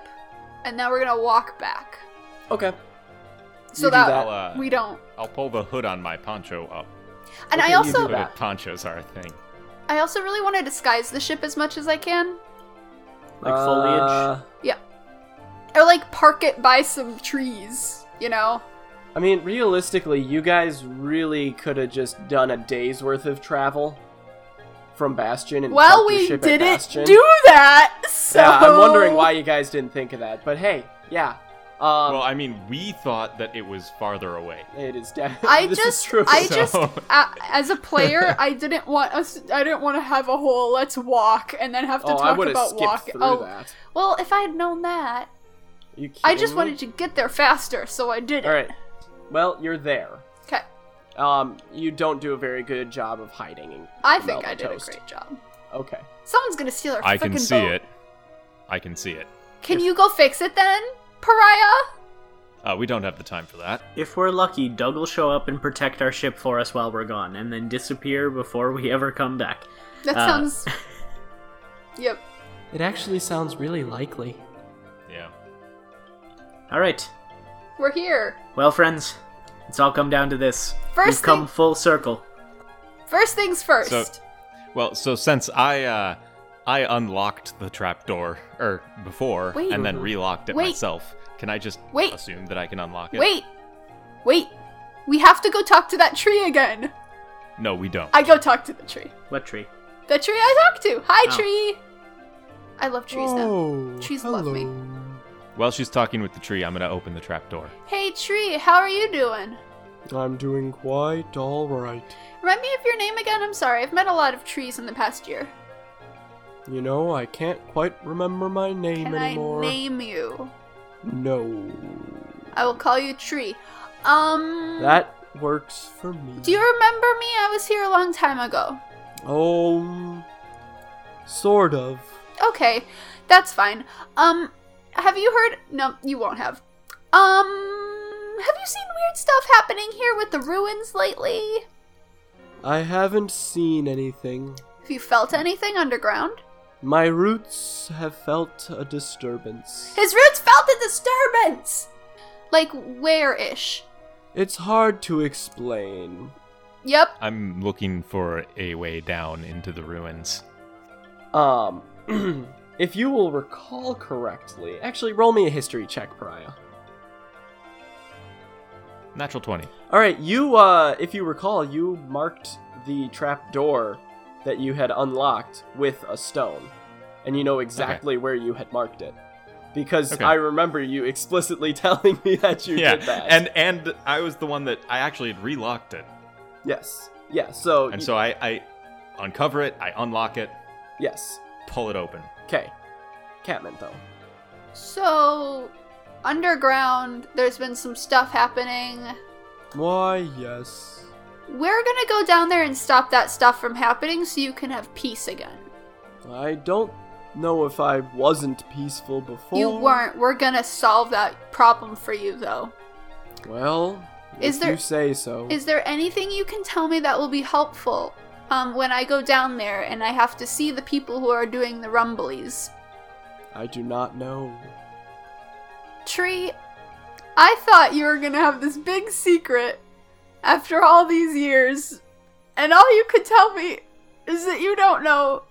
and then we're gonna walk back.
Okay.
So
You do
that,
that.
I'll, uh,
we don't.
I'll pull the hood on my poncho up.
And
Okay,
I
you do
also
that.
Hooded ponchos are a thing.
I also really want to disguise the ship as much as I can,
Like foliage.
Uh,
or like park it by some trees. You know.
I mean, realistically, you guys really could have just done a day's worth of travel from Bastion and
Well,
parked your
we
ship at
didn't
Bastion.
do that. So
Yeah, I'm wondering why you guys didn't think of that. But hey, yeah. Um,
well, I mean, we thought that it was farther away.
it is definitely.
I
this
just,
is true.
I
so-
just, a- as a player, I didn't want us. I didn't want to have a whole let's walk and then have to
oh, I
talk
would have
about
skipped
walking.
through
Oh,
that.
well, if I had known that,
You
I
kidding
just
me?
wanted to get there faster, so I did it.
All right. Well, you're there.
Okay,
Um, you don't do a very good job of hiding. in
I think I did
Melba Toast.
a great job.
Okay.
Someone's gonna steal our
I
frickin'
can see
boat.
it. I can see it.
Can you go fix it then, Pariah?
Uh, we don't have the time for that.
If we're lucky, Doug will show up and protect our ship for us while we're gone, and then disappear before we ever come back.
That
Uh.
sounds. yep.
It actually sounds really likely.
Yeah.
All right.
We're here.
Well, friends, it's all come down to this.
First
We've come
thing-
full circle.
First things first.
So- Well, so since I uh, I unlocked the trapdoor or before
Wait.
and then relocked it
Wait.
myself, can I just
Wait.
assume that I can unlock it?
Wait, wait. We have to go talk to that tree again.
No, we don't.
I go talk to the tree.
What tree?
The tree I talked to. Hi,
Oh.
tree. I love trees
Oh.
now. Trees love me.
While she's talking with the tree, I'm gonna open the trapdoor.
Hey, tree. How are you doing?
I'm doing quite all right.
Remind me of your name again. I'm sorry. I've met a lot of trees in the past year.
You know, I can't quite remember my name
Can
anymore.
I name Hmm. you?
no.
I will call you Tree. Um.
That works for me.
Do you remember me? I was here a long time ago.
Um, sort of.
Okay, that's fine. Um, have you heard? No, you won't have. Um, have you seen weird stuff happening here with the ruins lately?
I haven't seen anything.
Have you felt anything underground?
My roots have felt a disturbance.
His roots felt a disturbance! Like, where ish?
It's hard to explain.
Yep.
I'm looking for a way down into the ruins.
Um, if you will recall correctly, actually, roll me a history check, Pariah.
Natural twenty.
All right, you, uh, if you recall, you marked the trap door that you had unlocked with a stone, and you know exactly where you had marked it. Because
Okay.
I remember you explicitly telling me that you
yeah,
did that.
and and I was the one that I actually had relocked it,
yes, yeah. So
and
y-
so I, I uncover it, I unlock it,
yes,
pull it open.
okay. Catman though.
So, underground, there's been some stuff happening.
Why? Yes.
We're gonna go down there and stop that stuff from happening so you can have peace again.
I don't know if I wasn't peaceful before.
You weren't. We're gonna solve that problem for you, though.
Well,
Is
if
there-
you say so.
Is there anything you can tell me that will be helpful um, when I go down there and I have to see the people who are doing the rumblies?
I do not know.
Tree, I thought you were gonna have this big secret after all these years, and all you could tell me is that you don't know.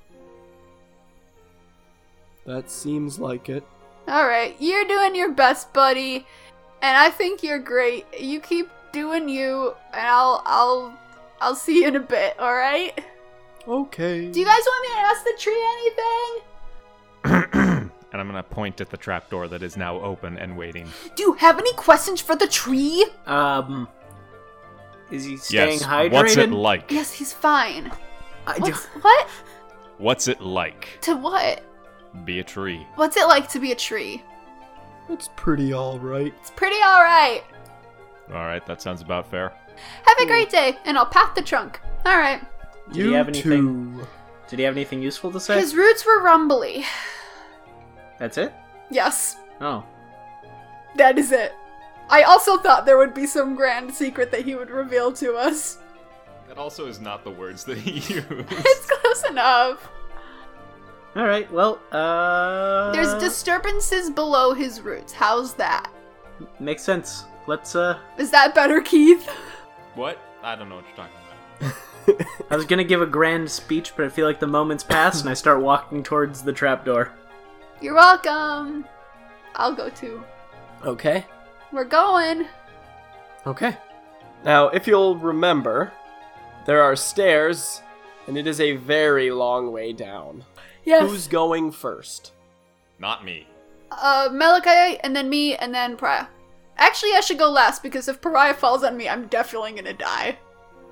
That seems like it.
Alright, you're doing your best, buddy, and I think you're great. You keep doing you, and I'll, I'll, I'll see you in a bit, alright?
Okay.
Do you guys want me to ask the tree anything?
and And I'm gonna point at the trapdoor that is now open and waiting.
Do you have any questions for the tree?
Um, is he staying
yes.
hydrated?
What's it like?
Yes, he's fine.
I do-
What's, what?
What's it like?
To what?
Be a tree.
What's it like to be a tree?
It's pretty alright.
It's pretty alright.
All right, that sounds about fair.
Have a great day, and I'll pat the trunk. Alright.
Did he have anything? Did he have anything useful to say?
His roots were rumbly.
That's it.
Yes,
Oh,
that is it. I also thought there would be some grand secret that he would reveal to us.
That also is not the words that he used.
It's close enough.
all right. Well, uh,
There's disturbances below his roots. How's that?
makes sense. Let's. uh
Is that better, Keith?
what? I don't know what you're talking about.
I was gonna give a grand speech, but I feel like the moment's passed, and I start walking towards the trapdoor.
You're welcome. I'll go too.
Okay.
We're going.
Okay. Now, if you'll remember, there are stairs, and it is a very long way down.
Yes.
Who's going first?
Not me.
uh, Malachi, and then me, and then Pariah. Actually, I should go last because if Pariah falls on me, I'm definitely gonna die.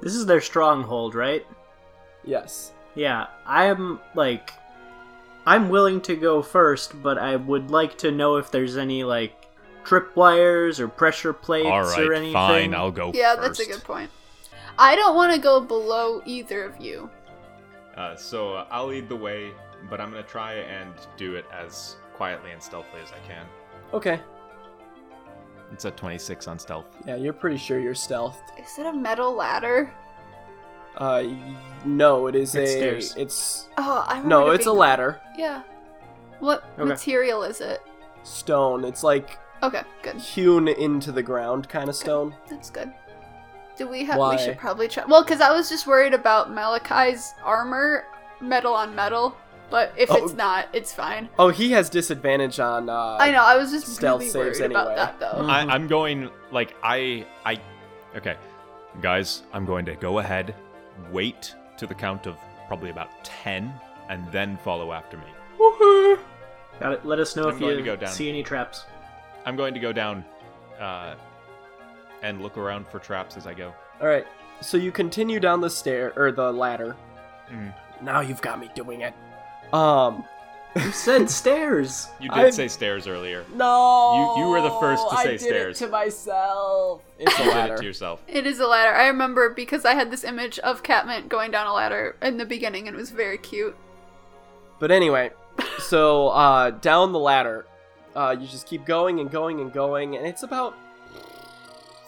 This is their stronghold, right?
Yes.
Yeah, I'm like, I'm willing to go first, but I would like to know if there's any like tripwires or pressure plates
All
or
right,
anything.
fine. I'll go
yeah,
first.
that's a good point. I don't want to go below either of you.
Uh, so uh, I'll lead the way, but I'm gonna try and do it as quietly and stealthily as I can.
Okay.
It's a 26 on stealth.
Yeah, you're pretty sure you're stealthed.
Is it a metal ladder?
Uh, y- no, it is
It's
a.
stairs.
It's
Oh, I remember.
no,
it
it's a
being-
ladder.
Yeah. What
Okay.
material is it?
Stone. It's like
Okay, good.
hewn into the ground kind of stone.
That's good. Do we have?
Why?
We should probably try. Well, because I was just worried about Malachi's armor, metal on metal. But if
Oh.
it's not, it's fine.
Oh, he has disadvantage on. Uh,
I know. I was just
stealth
really worried
saves
about
anyway.
that, though.
I, I'm going like I I okay, guys. I'm going to go ahead, wait to the count of probably about ten, and then follow after me.
Got it. Let us know
I'm
if
going
you
to go down.
see any traps.
I'm going to go down, uh, and look around for traps as I go.
All right. So you continue down the stair or the ladder.
Mm.
Now you've got me doing it. Um.
You said stairs.
You did
I'm-
say stairs earlier.
No.
You- you were the first to
I
say
did
stairs.
It to myself. It's a
You did it to
ladder.
yourself.
It is a ladder. I remember because I had this image of Catmint going down a ladder in the beginning, and it was very cute.
but anyway, so uh, down the ladder, uh, you just keep going and going and going, and it's about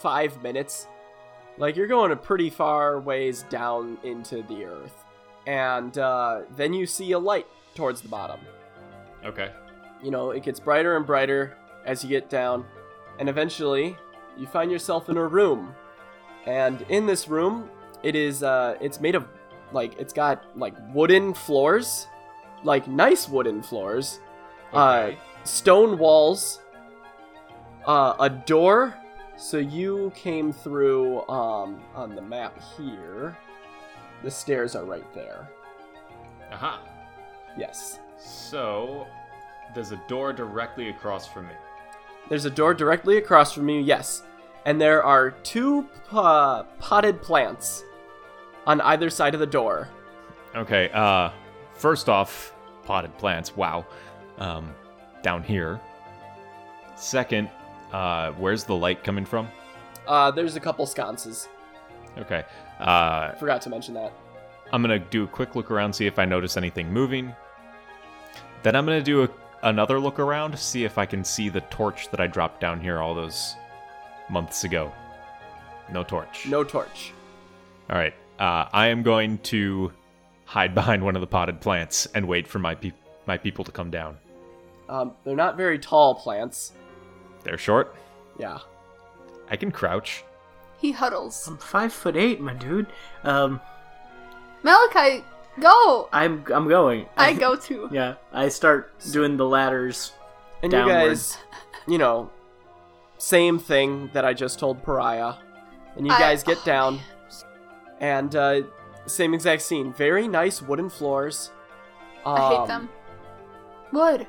five minutes. Like you're going a pretty far ways down into the earth, and uh, then you see a light towards the bottom.
Okay.
you know, it gets brighter and brighter as you get down, and eventually you find yourself in a room. And in this room, it is uh it's made of like it's got like wooden floors, like nice wooden floors,
Okay.
uh stone walls, uh a door. So you came through um on the map here. The stairs are right there.
Aha.
Yes.
So there's a door directly across from me.
There's a door directly across from you, yes. And there are two uh, potted plants on either side of the door.
Okay, uh first off, potted plants, wow. Um down here. Second, uh where's the light coming from?
Uh, there's a couple sconces.
Okay. Uh
Forgot to mention that.
I'm going to do a quick look around see if I notice anything moving. Then I'm going to do a, another look around see if I can see the torch that I dropped down here all those months ago. No torch.
No torch.
All right. Uh, I am going to hide behind one of the potted plants and wait for my peop my people to come down.
Um, they're not very tall plants.
They're short.
Yeah.
I can crouch.
He huddles.
I'm five foot eight, my dude. Um,
Malachi, go!
I'm I'm going.
I go too.
yeah, I start doing the ladders.
And you
Downward.
guys, you know, same thing that I just told Pariah. And you
I-
guys get
oh,
down, and uh, same exact scene.
Um,
Very nice wooden floors.
I hate
Um,
them. Wood.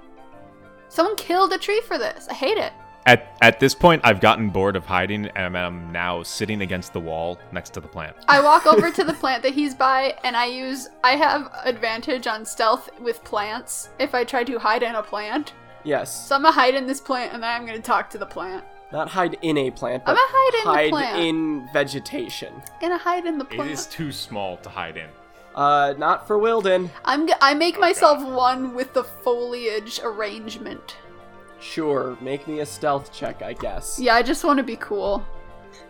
Someone killed a tree for this. I hate it.
At at this point, I've gotten bored of hiding, and I'm, I'm now sitting against the wall next to the plant.
I walk over to the plant that he's by, and I use. I have advantage on stealth with plants if I try to hide in a plant.
Yes.
So I'm gonna hide in this plant, and then I'm gonna talk to the plant.
Not hide in a plant, but
I'm gonna hide in the
hide
plant.
in vegetation.
I'm gonna hide in the
It
plant.
is too small to hide in.
Uh, not for Wilden.
I'm. G- I make myself one with the foliage arrangement.
Sure, make me a stealth check, I guess.
Yeah, I just want to be cool.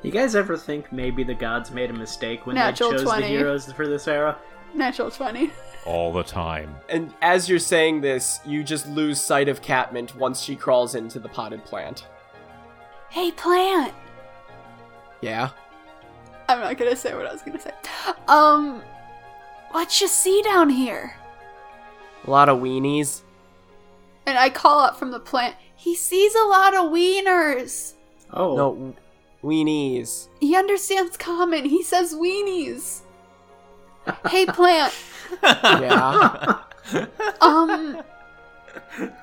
You guys ever think maybe the gods made a mistake when
Natural
they chose
20.
the heroes for this era?
Natural twenty.
All the time.
And as you're saying this, you just lose sight of Catmint once she crawls into the potted plant.
Hey, plant.
Yeah.
I'm not gonna say what I was gonna say. Um, what you see down here?
A lot of weenies.
And I call up from the plant. He sees a lot of wieners.
Oh,
No, w- weenies.
He understands common. He says weenies. hey, plant.
Yeah.
Um,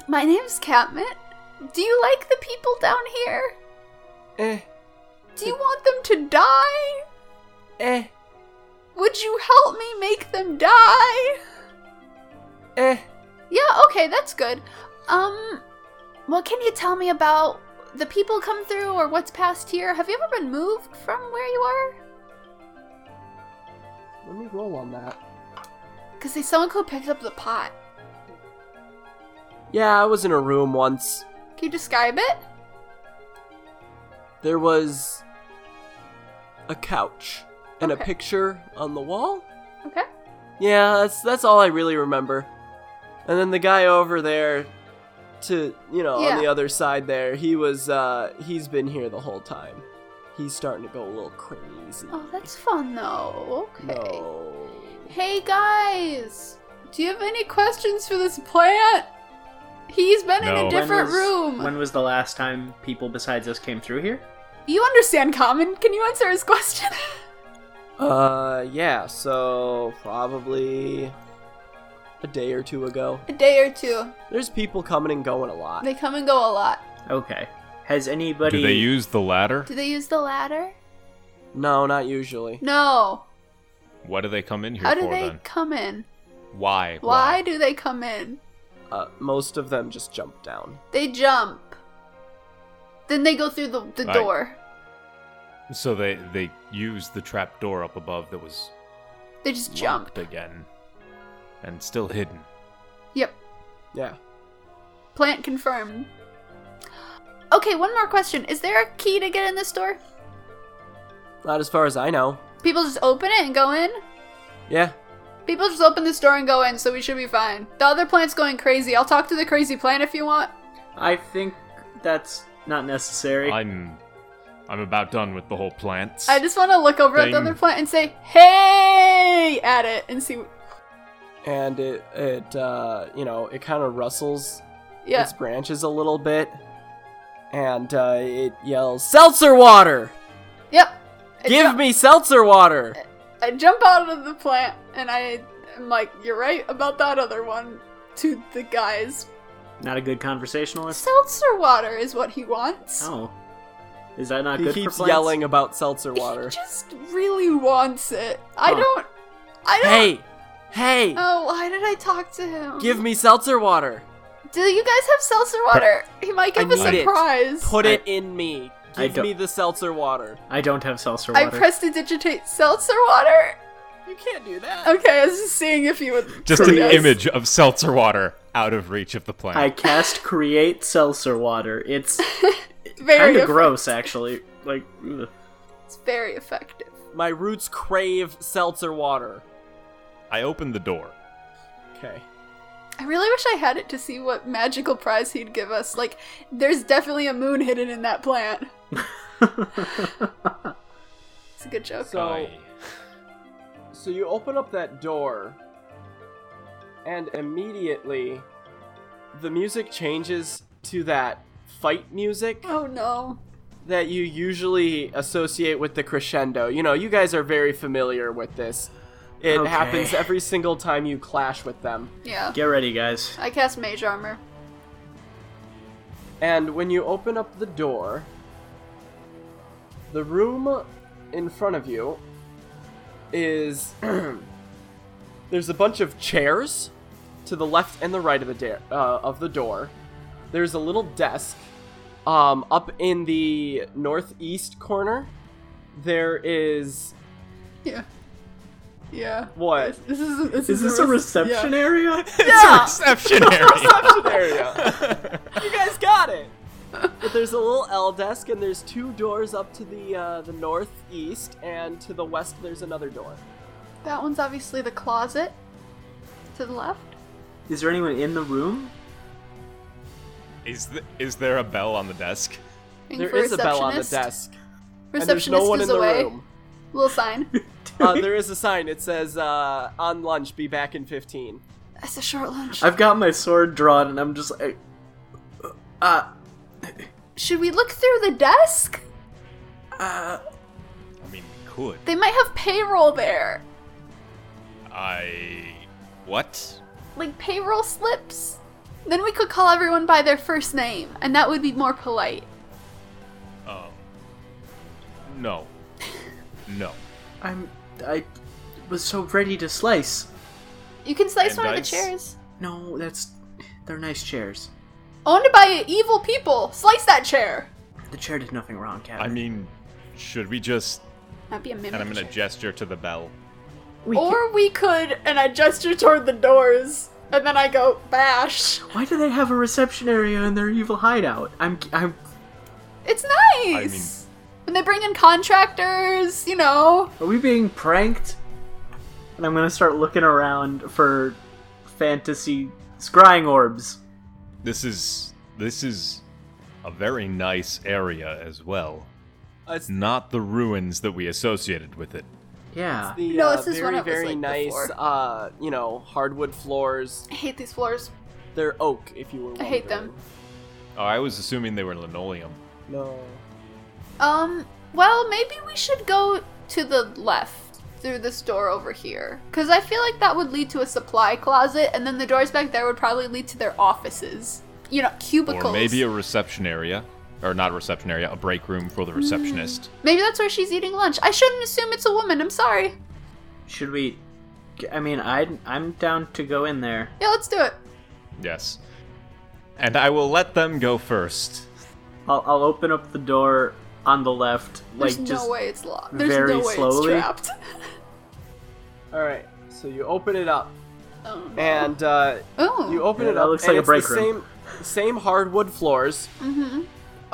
my name's Catmint. Do you like the people down here?
eh,
Do you want them to die?
eh,
Would you help me make them die?
eh.
Yeah, okay, that's good. Um, what can you tell me about the people come through or what's past here? Have you ever been moved from where you are?
Let me roll on that.
Because they someone could picked up the pot.
Yeah, I was in a room once.
Can you describe it?
There was a couch and a
Okay.
picture on the wall.
Okay.
Yeah, that's that's all I really remember. And then the guy over there to you know,
Yeah.
on the other side there, he was uh he's been here the whole time. He's starting to go a little crazy.
Oh, that's fun though. Okay.
No.
Hey guys, do you have any questions for this plant? He's been in
No.
a
When
different
was-
room.
When was the last time people besides us came through here?
You understand, Common? Can you answer his question?
Uh yeah, so probably a day or two ago.
a day or two.
There's people coming and going a lot.
They come and go a lot.
Okay. Has anybody?
Do they use the ladder?
Do they use the ladder?
No, not usually.
No.
What do they come in here
How
for
do they
then?
come in?
Why?
Why do they come in?
Uh, most of them just jump down.
They jump. Then they go through the, the
Right.
door.
So they they use the trap door up above that was
They just
jumped
jump.
again, and still hidden.
Yep.
Yeah.
Plant confirmed. Okay, one more question. Is there a key to get in this door?
Not as far as I know.
People just open it and go in?
Yeah.
People just open this door and go in, so we should be fine. The other plant's going crazy. I'll talk to the crazy plant if you want.
I think that's not necessary.
I'm I'm about done with the whole plants.
I just want to look over at the
Thing.
other plant and say, hey, at it, and see.
And it it uh, you know, it kind of rustles
Yeah.
its branches a little bit, and uh, it yells, "Seltzer water!
Yep. I
Give
jump-
me seltzer water!"
I jump out of the plant and I am like, you're right about that other one to the guys.
Not a good conversationalist.
Seltzer water is what he wants.
Oh, is that not
He
good
keeps
for plants?
yelling about seltzer water.
He just really wants it. I
Huh.
don't. I don't.
Hey, hey!
Oh, why did I talk to him?
Give me seltzer water.
Do you guys have seltzer water? He might
I
give us
need
a
it.
prize.
Put
I-
it in me.
I
Give
don't-
me the seltzer water.
I don't have seltzer
I
water.
pressed to digitate seltzer water.
You can't do that.
Okay, I was just seeing if you would.
just an
Yes.
image of seltzer water out of reach of the plant.
I cast create seltzer water. It's
Very
kind of
eff-
gross, actually. Like, ugh.
It's very effective.
My roots crave seltzer water.
I opened the door.
Okay.
I really wish I had it to see what magical prize he'd give us. Like, there's definitely a moon hidden in that plant. It's a good joke.
So- So you open up that door, and immediately the music changes to that fight music
oh no.
that you usually associate with the crescendo. You know, you guys are very familiar with this. It
Okay.
happens every single time you clash with them.
Yeah.
get ready, guys.
I cast mage armor.
And when you open up the door, the room in front of you is there's a bunch of chairs to the left and the right of the da- uh, of the door. There's a little desk um, up in the northeast corner. There is
Yeah. Yeah.
what
This is this
Is
is,
this a
res-
reception
yeah.
area?
Ah.
yeah,
Reception area.
reception area. you guys got it. But there's a little L desk, and there's two doors up to the uh, the northeast, and to the west there's another door.
That one's obviously the closet to the left.
Is there anyone in the room?
is, th- is there a bell on the desk?
Thing
There
for
is a bell on the
receptionist.
desk, and there's
Receptionist
no one
is
in the
away.
room.
Little sign.
Uh, there is a sign. It says uh, "On lunch, be back in 15.
That's a short lunch.
I've got my sword drawn and I'm just like, uh,
Should we look through the desk?
uh,
I mean, could
They might have payroll there.
I. What?
Like payroll slips. Then we could call everyone by their first name, and that would be more polite.
Um. No. No.
I'm, I was so ready to slice.
You can slice
And
one
dice.
of the chairs.
No, that's, they're nice chairs.
Owned by evil people. Slice that chair.
The chair did nothing wrong, Captain.
I mean, should we just.
Not be a mimic.
And I'm gonna
chair.
gesture to the bell.
we ca-
Or we could, and I gesture toward the doors, and then I go bash.
why do they have a reception area in their evil hideout? I'm, I'm,
It's
I mean,
nice. when they bring in contractors, you know.
are we being pranked? And I'm gonna start looking around for fantasy scrying orbs.
this is this is a very nice area as well.
Uh, It's
Not the ruins that we associated with it.
Yeah.
the
No,
uh,
this is one
very
I was
very
like
nice
before.
uh, you know hardwood floors.
I hate these floors.
They're oak, if you were. Wondering.
I hate them.
Oh, I was assuming they were linoleum.
No.
Um, well, maybe we should go to the left through this door over here. Because I feel like that would lead to a supply closet, and then the doors back there would probably lead to their offices. You know, cubicles.
Or maybe a reception area. Or not a reception area, a break room for the receptionist.
Maybe that's where she's eating lunch. I shouldn't assume it's a woman, I'm sorry.
Should we? I mean, I I'm down to go in there.
Yeah, let's do it.
Yes. And I will let them go first.
I'll, I'll open up the door on the left,
There's
like
no
just
way it's locked. There's
very
no way
slowly.
it's trapped.
All right, so you open it up,
Oh, no.
and uh,
Ooh.
you open
Yeah,
it
that
up.
looks
and
like a
it's the
break room.
Same, same hardwood floors. Mm-hmm.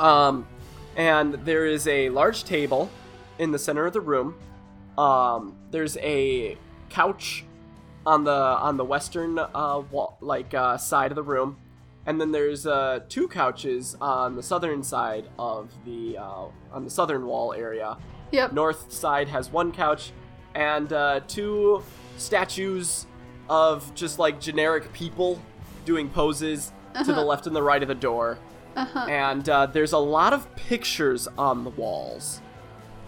Um, and there is a large table in the center of the room. Um, there's a couch on the on the western uh wall, like uh, side of the room, and then there's uh two couches on the southern side of the uh, on the southern wall area.
yep.
north side has one couch and uh, two statues of just like generic people doing poses to the left and the right of the door
Uh-huh.
and uh, there's a lot of pictures on the walls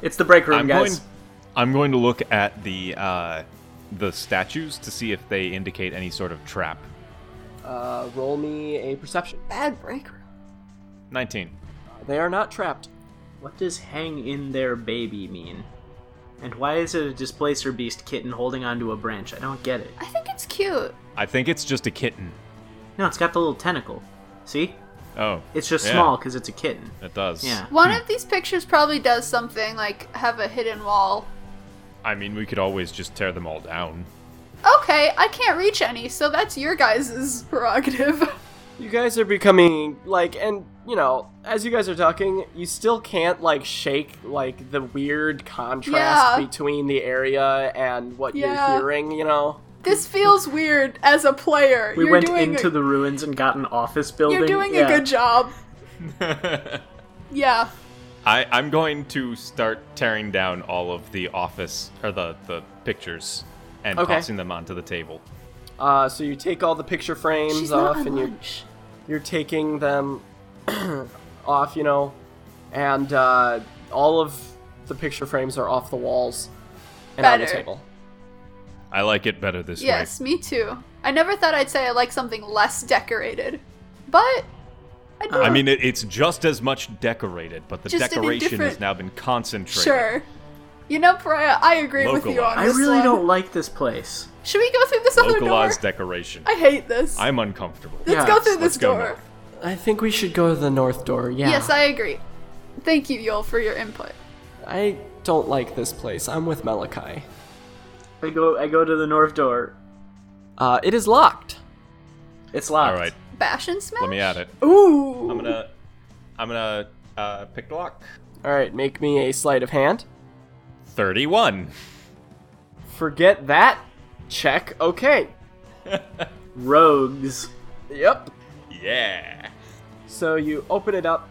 it's the break room,
I'm
guys.
going I'm going to look at the uh the statues to see if they indicate any sort of trap.
uh, roll me a perception
Bad break room.
19.
they are not trapped
What does "hang in there, baby" mean? And why is it a displacer beast kitten holding onto a branch? I don't get it.
I think it's cute.
I think it's just a kitten.
No, it's got the little tentacle. See,
Oh.
it's just
yeah,
small because it's a kitten.
It does.
Yeah.
One of these pictures probably does something like have a hidden wall.
I mean, we could always just tear them all down.
Okay, I can't reach any, so that's your guys' prerogative.
you guys are becoming like and you know as you guys are talking you still can't like shake like the weird contrast
Yeah.
between the area and what
Yeah.
you're hearing you know
this feels weird as a player.
We
you're
went
doing
into
a,
the ruins and got an office building.
You're doing
Yeah.
a good job.
I,
Yeah.
I'm going to start tearing down all of the office or the, the pictures and
Okay.
tossing them onto the table.
Uh, so you take all the picture frames off, and you're you're taking them off, you know, and uh, all of the picture frames are off the walls and on the
Better.
table.
I like it better this
Yes, me too. I never thought I'd say I like something less decorated, but I I do.
I mean, it, it's just as much decorated, but the
Just in a
decoration has
different-
now been concentrated.
sure. You know, Pariah, I agree with you on
Localized.
I
this
really
one.
don't like this place.
Should we go through this other door?
Localized decoration.
I hate this.
I'm uncomfortable.
Let's
Yeah,
go through
let's
this
go
door.
north.
I think we should go to the north door. Yeah.
Yes, I agree. Thank you, Yol, for your input.
I don't like this place. I'm with Malachi.
I go I go to the north door.
Uh, it is locked.
It's locked.
All right,
Bash and smash.
let me at it.
Ooh.
I'm gonna, I'm gonna uh, pick the lock.
All right, make me a sleight of hand.
Thirty-one.
Forget that. Check. Okay.
Rogues.
Yep.
Yeah.
So you open it up,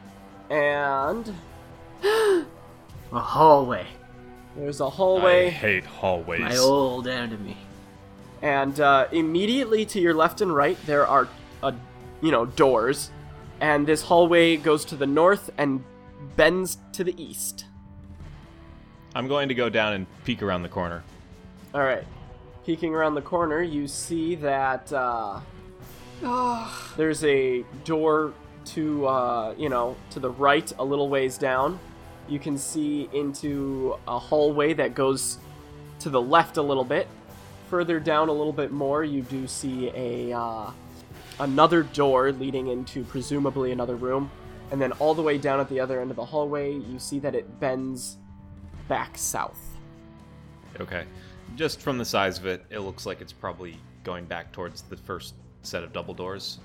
and
A hallway.
there's a
I
hallway,
hate hallways.
My old enemy.
and uh, immediately to your left and right there are, uh, you know, doors, and this hallway goes to the north and bends to the east.
I'm going to go down and peek around the corner.
All right. Peeking around the corner, you see that uh, there's a door to uh, you know to the right, a little ways down. You can see into a hallway that goes to the left a little bit. Further down a little bit more, you do see a uh, another door leading into presumably another room, and then all the way down at the other end of the hallway, you see that it bends back south.
Okay. Just from the size of it, it looks like it's probably going back towards the first set of double doors.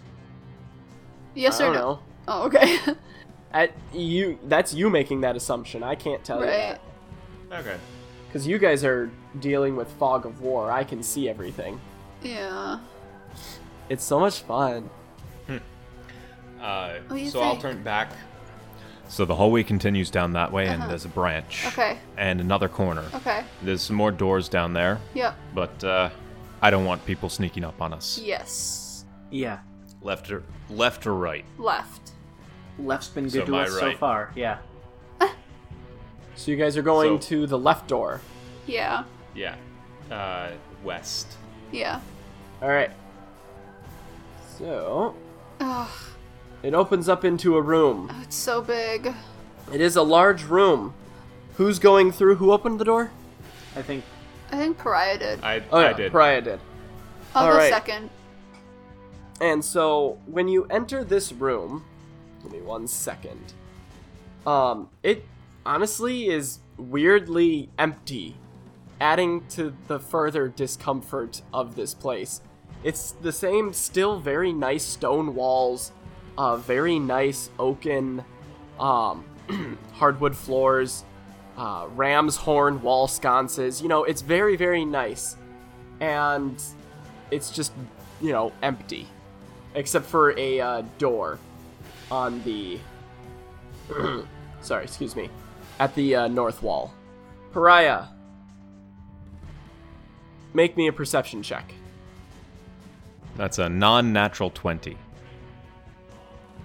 yes
I
or
don't
no?
know.
Oh, okay.
At you, that's you making that assumption. I can't tell you
right.
that
Okay.
because you guys are dealing with fog of war. I can see everything.
Yeah.
It's so much fun.
Uh, so
What do you
I'll
think?
turn back. So the hallway continues down that way, and there's a branch.
Uh-huh. Okay.
And another corner.
Okay.
There's some more doors down there,
Yep.
but uh, I don't want people sneaking up on us.
Yes.
Yeah.
Left or left or right.
Left.
Left's been
So
good to
my
us so
right.
far. Yeah.
So you guys are going
So-
to the left door.
Yeah.
Yeah. Uh, west.
Yeah.
All right. So
Ugh.
it opens up into a room.
It's so big.
It is a large room. Who's going through? Who opened the door?
I think
I think Pariah did.
I,
Oh,
I
yeah,
did.
Pariah did.
I'll
all
go
right.
second.
And so when you enter this room, give me one second. Um, it honestly is weirdly empty, adding to the further discomfort of this place. It's the same, still very nice stone walls, uh, very nice oaken, um, hardwood floors, uh, ram's horn wall sconces. You know, it's very, very nice. And it's just, you know, empty except for a uh, door on the sorry excuse me at the uh, north wall pariah make me a perception check
That's a non-natural twenty.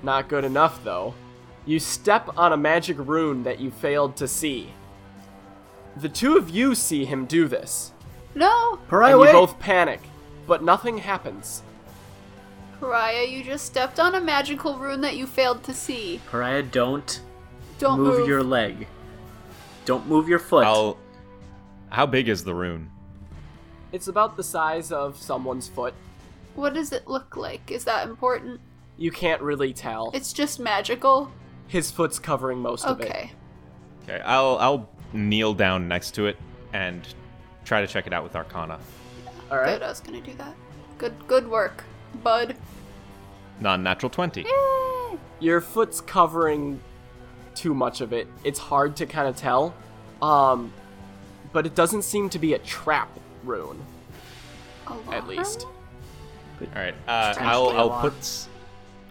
not good enough though you step on a magic rune that you failed to see the two of you see him do this
No.
Pariah
and you
wait.
both panic but nothing happens
Pariah, you just stepped on a magical rune that you failed to see.
Pariah, don't
Don't
move,
move.
your leg. Don't move your foot.
I'll. How big is the rune?
it's about the size of someone's foot
What does it look like? Is that important?
you can't really tell
It's just magical.
his foot's covering most of it
Okay.
Okay, I'll I'll kneel down next to it and try to check it out with Arcana.
all right
Good. I was gonna do that. Good. Good work, bud.
Non-natural twenty.
your foot's covering too much of it. It's hard to kind of tell. Um, but it doesn't seem to be a trap rune, at
Alarm?
least.
All right, uh,
Potentially
I'll
a
I'll
lot.
put s-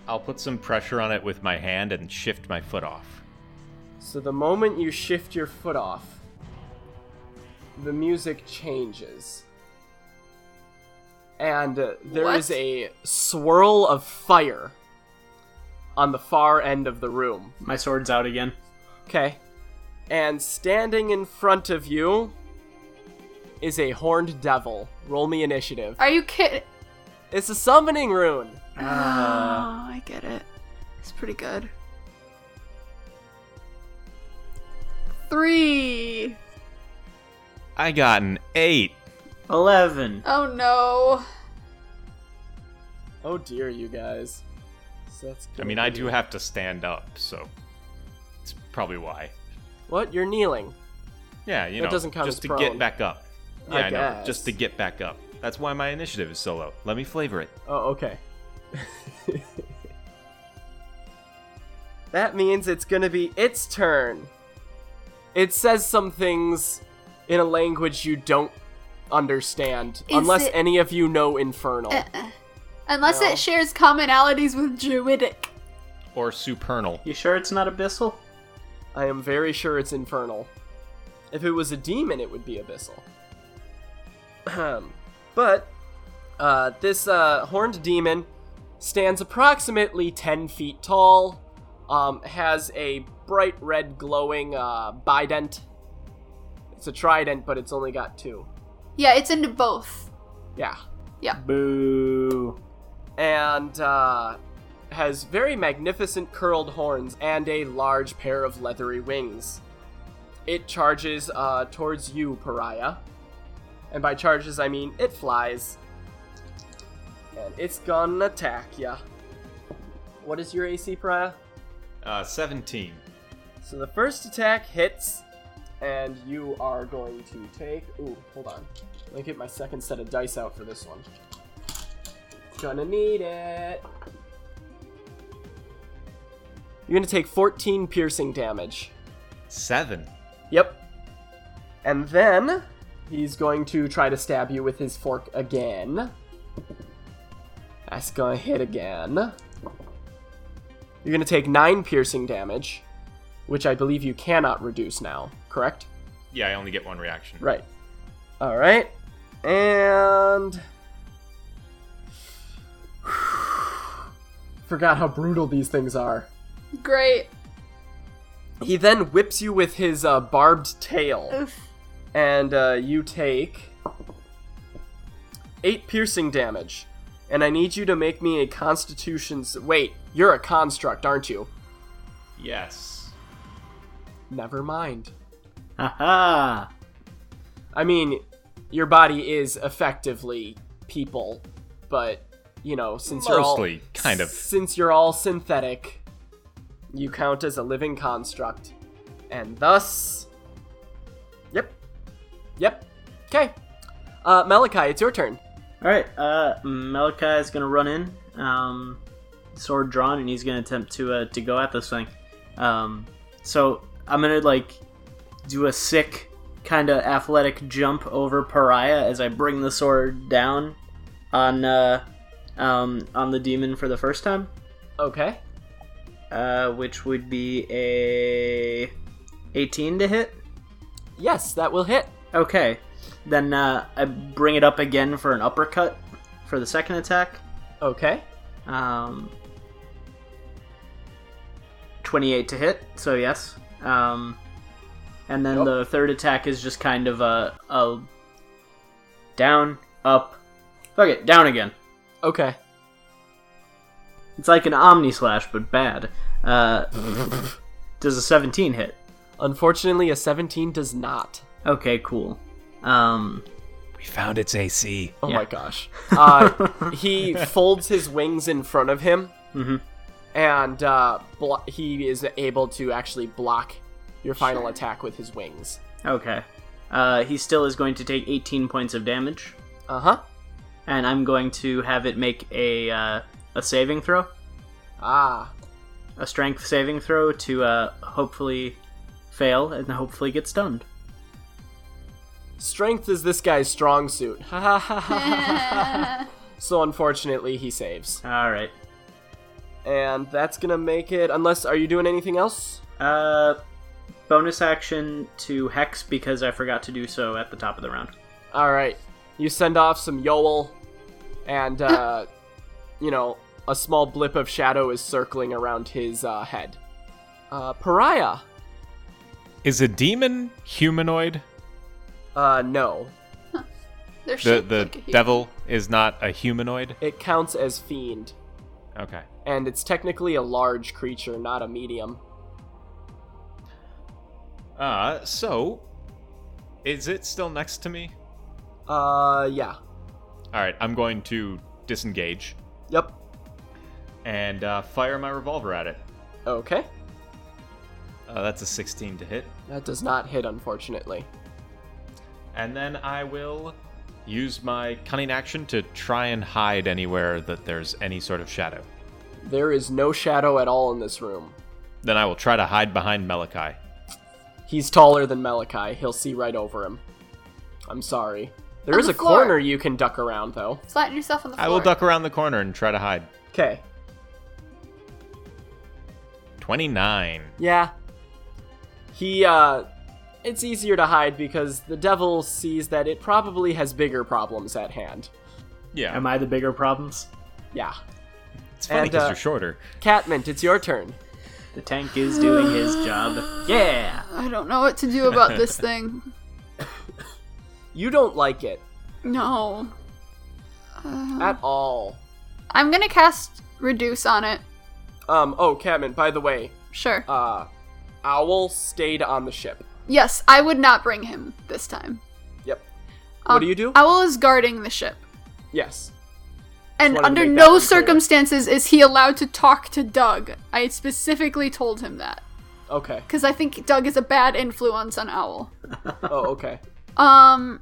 I'll put some pressure on it with my hand and shift my foot off.
So the moment you shift your foot off, the music changes. And uh, there is
What?
a swirl of fire on the far end of the room.
My sword's out again.
Okay. And standing in front of you is a horned devil. Roll me initiative.
Are you kidding?
It's a summoning rune.
oh, I get it. It's pretty good. Three.
I got an eight.
Eleven.
Oh no.
Oh dear, you guys. So that's
I
gonna
mean, I
be-
do have to stand up, so it's probably why.
What? You're kneeling.
Yeah, you
That
know,
doesn't count
just
as
to
prone.
get back up. Yeah,
I
I, know, just to
guess.
get back up. That's why my initiative is so low. Let me flavor it.
Oh, okay. that means it's gonna be its turn. It says some things in a language you don't understand,
Is
unless
it-
any of you know Infernal.
Uh-uh. Unless
No.
it shares commonalities with Druidic.
Or supernal.
You sure it's not abyssal?
I am very sure it's infernal. If it was a demon, it would be abyssal. Ahem. but uh, this uh, horned demon stands approximately 10 feet tall, um, has a bright red glowing uh, bident. It's a trident, but it's only got two.
Yeah, it's into both.
Yeah.
Boo.
And uh, has very magnificent curled horns and a large pair of leathery wings. It charges uh, towards you, Pariah. And by charges, I mean it flies. And it's gonna attack ya. What is your AC, Pariah?
Uh, 17.
So the first attack hits, and you are going to take. Ooh, hold on. Let me get my second set of dice out for this one. Gonna need it. You're gonna take 14 piercing damage.
Seven.
Yep. And then he's going to try to stab you with his fork again. That's gonna hit again. You're gonna take nine piercing damage, which I believe you cannot reduce now, correct?
Yeah, I only get one reaction.
Right. Alright. And. Forgot how brutal these things are.
Great.
He then whips you with his uh, barbed tail.
Oof.
and uh, you take eight piercing damage. And I need you to make me a Constitution's. Wait, you're a construct, aren't you?
Yes.
Never mind.
Haha.
I mean, your body is effectively people, but you know, since you're
Mostly,
all
kind of.
since you're all synthetic, you count as a living construct, and thus, yep, yep, okay. Uh, Malachi, it's your turn.
All right. Uh, Malachi is gonna run in, um, sword drawn, and he's gonna attempt to uh, to go at this thing. Um, so I'm gonna like do a sick kind of athletic jump over Pariah as I bring the sword down on uh, um, on the demon for the first time,
Okay.
uh, which would be a 18 to hit.
Yes, that will hit.
Okay, then uh, I bring it up again for an uppercut for the second attack.
Okay.
Um, 28 to hit, so yes. Um, and then
Yep.
the third attack is just kind of a, a down, up, fuck it, down again.
Okay.
It's like an Omni Slash, but bad. Uh, does a 17 hit?
Unfortunately, a 17 does not.
Okay, cool. Um,
We found its AC.
Oh
Yeah.
my gosh. Uh, he folds his wings in front of him,
Mhm.
and uh, blo- he is able to actually block your final attack with his wings.
okay. Uh, he still is going to take 18 points of damage,
Uh huh.
and I'm going to have it make a, uh, a saving throw.
Ah.
a strength saving throw to uh, hopefully fail and hopefully get stunned.
Strength is this guy's strong suit. Ha ha ha ha ha
Uh,
ha. So unfortunately, he saves.
All right.
And that's gonna make it. Unless, are you doing anything else?
Uh, bonus action to hex because I forgot to do so at the top of the round.
All right. You send off some Yoel, and, uh, you know, a small blip of shadow is circling around his uh, head. Uh, pariah.
Is a demon humanoid?
Uh, no.
They're
The
shaped
the
like a human.
devil is not a humanoid.
It counts as fiend.
Okay.
and it's technically a large creature, not a medium.
Uh, so is it still next to me?
Uh, yeah.
All right, I'm going to disengage
Yep.
and uh, fire my revolver at it.
Okay.
Uh, that's a 16 to hit.
That does not hit, unfortunately.
And then I will use my cunning action to try and hide anywhere that there's any sort of shadow.
There is no shadow at all in this room.
Then I will try to hide behind Melikai.
He's taller than Malachi. He'll see right over him. I'm sorry. There
On
is
the
a
floor.
corner you can duck around, though.
Flatten yourself on the floor.
I will duck around the corner and try to hide.
Okay.
29.
Yeah. He, uh, it's easier to hide because the devil sees that it probably has bigger problems at hand.
Yeah.
Am I the bigger problems?
Yeah.
it's funny
and,
because
uh,
you're shorter.
Catmint, it's your turn.
The tank is doing his job. Yeah.
I don't know what to do about this thing.
You don't like it
No.
at all.
Uh, I'm gonna cast Reduce on it.
Um, oh, Catmint, by the way,
Sure.
uh, Owl stayed on the ship.
yes, I would not bring him this time.
Yep.
Um,
what do you do?
Owl is guarding the ship.
yes.
And
wanted to
under
make that
no
one clear.
circumstances is he allowed to talk to Doug. I specifically told him that.
Okay.
Because I think Doug is a bad influence on Owl.
Oh, okay.
Um,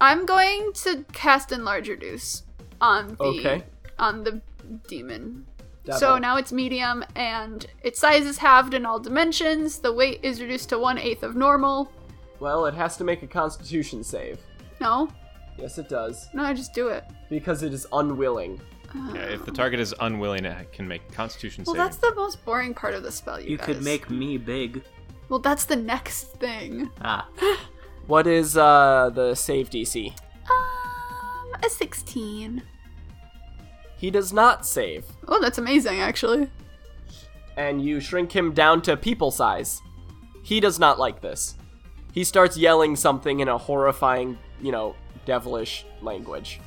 I'm going to cast Enlarge Reduce on the
Okay.
on the demon. So
Devil.
now it's medium, and its size is halved in all dimensions. The weight is reduced to one eighth of normal.
Well, it has to make a constitution save.
No,
Yes, it does.
no, I just do it.
Because it is unwilling.
Yeah, if the target is unwilling, it can make Constitution
Well,
saving.
that's the most boring part of the spell. You,
You
guys.
could make me big.
Well, that's the next thing.
Ah.
What is, uh, the save DC?
Um, a sixteen.
He does not save.
Oh, that's amazing, actually.
and you shrink him down to people size. He does not like this. He starts yelling something in a horrifying, you know, devilish language.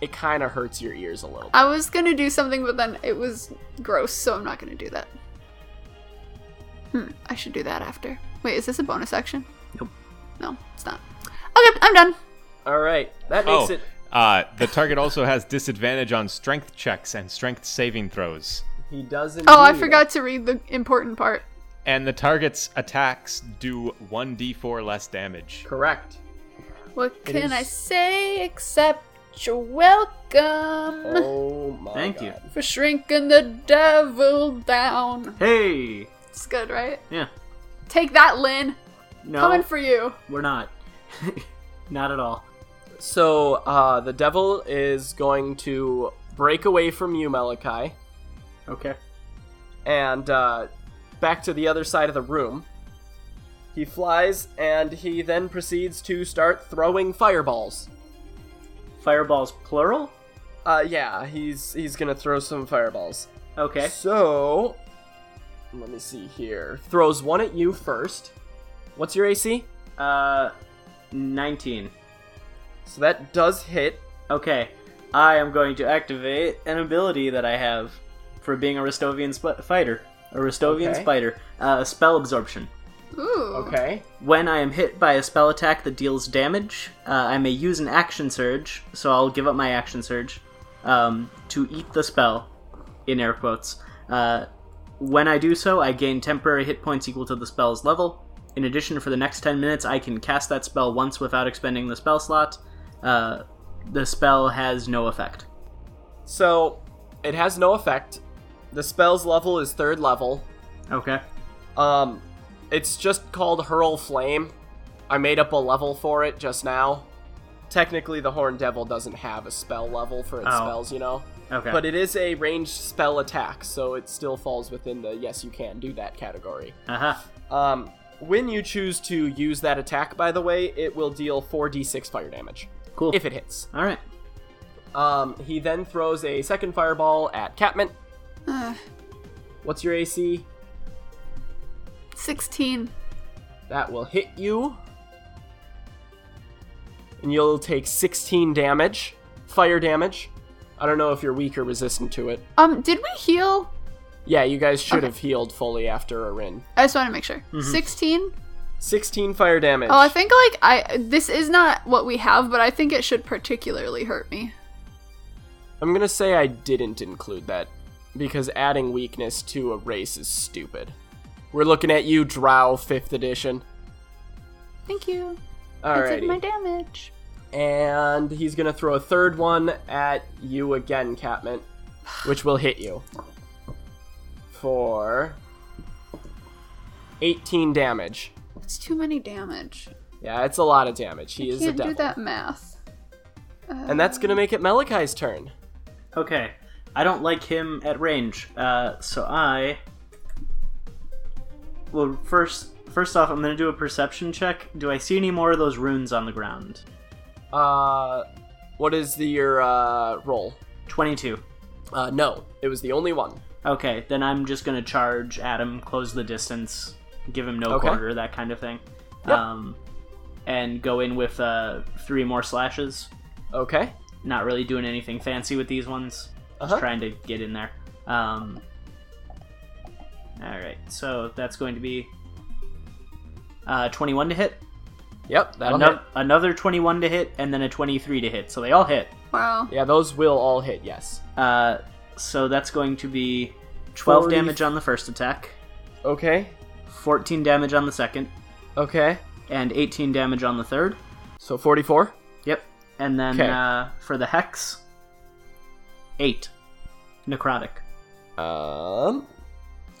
It kind of hurts your ears a little.
I was gonna do something, but then it was gross, so I'm not gonna do that. Hmm, I should do that after. Wait, is this a bonus action?
Nope.
No, it's not. Okay, I'm done.
All right, that
oh,
makes it.
uh, the target also has disadvantage on strength checks and strength saving throws.
He doesn't.
Oh, I forgot to read the important part.
And the target's attacks do 1d4 less damage.
Correct.
What
It
can I
is-
say except you're welcome
Oh my.
Thank you.
God.
for shrinking the devil down?
Hey.
It's good, right?
Yeah.
Take that, Lynn.
No.
Coming for you.
we're not. not at all.
So uh, the devil is going to break away from you, Malachi,
Okay.
and uh, back to the other side of the room. He flies, and he then proceeds to start throwing fireballs.
Fireballs plural?
Uh, yeah, he's he's gonna throw some fireballs.
Okay.
So, let me see here. Throws one at you first. What's your AC?
Uh 19.
So that does hit.
Okay. I am going to activate an ability that I have for being a Ristovian sp- fighter. A Ristovian
Okay.
spider. Uh, spell absorption.
Ooh.
Okay.
When I am hit by a spell attack that deals damage, uh, I may use an action surge, so I'll give up my action surge, um, to eat the spell, in air quotes. Uh, when I do so, I gain temporary hit points equal to the spell's level. In addition, for the next 10 minutes, I can cast that spell once without expending the spell slot. Uh, the spell has no effect.
So, it has no effect. The spell's level is third level.
Okay.
Um, it's just called Hurl Flame. I made up a level for it just now. Technically, the Horned Devil doesn't have a spell level for its
Oh.
spells, you know?
Okay.
But it is a ranged spell attack, so it still falls within the yes, you can do that category.
Uh-huh.
Um, when you choose to use that attack, by the way, it will deal 4d6 fire damage
Cool.
if it hits.
All right.
Um, he then throws a second fireball at Catmint.
Ugh.
What's your AC?
16.
That will hit you. And you'll take 16 damage, fire damage. I don't know if you're weak or resistant to it.
Um, did we heal?
Yeah, you guys should have healed fully after a Rin.
I just want to make sure.
Mm-hmm.
16?
16 fire damage.
Oh, I think like I this is not what we have, but I think it should particularly hurt me.
I'm gonna say I didn't include that because adding weakness to a race is stupid. We're looking at you, Drow, 5th edition.
Thank you. I did my
Alrighty.
damage.
And he's gonna throw a third one at you again, Catmint, which will hit you for 18 damage.
It's too many damage.
Yeah, it's a lot of damage. He is a
Can't
devil.
do that math.
And that's gonna make it Melekai's turn.
Okay. I don't like him at range. Uh, so I Well, first first off, I'm going to do a perception check. Do I see any more of those runes on the ground?
Uh, what is the, your uh, roll?
22.
Uh, no, it was the only one.
Okay, then I'm just going to charge at him, close the distance, give him no
Okay.
quarter, that kind of thing.
Yep.
Um and go in with uh three more slashes.
Okay.
Not really doing anything fancy with these ones.
Uh-huh.
trying to get in there. Um, all right, so that's going to be uh, 21 to hit,
Yep, that'll
ano-
hit.
another 21 to hit, and then a 23 to hit. So they all hit.
Wow.
Yeah, those will all hit, yes.
Uh, so that's going to be 12
Forty-
damage on the first attack,
Okay.
14 damage on the second,
Okay.
and 18 damage on the third.
So 44?
Yep. And then
'Kay.
uh, for the hex, 8 necrotic.
Um.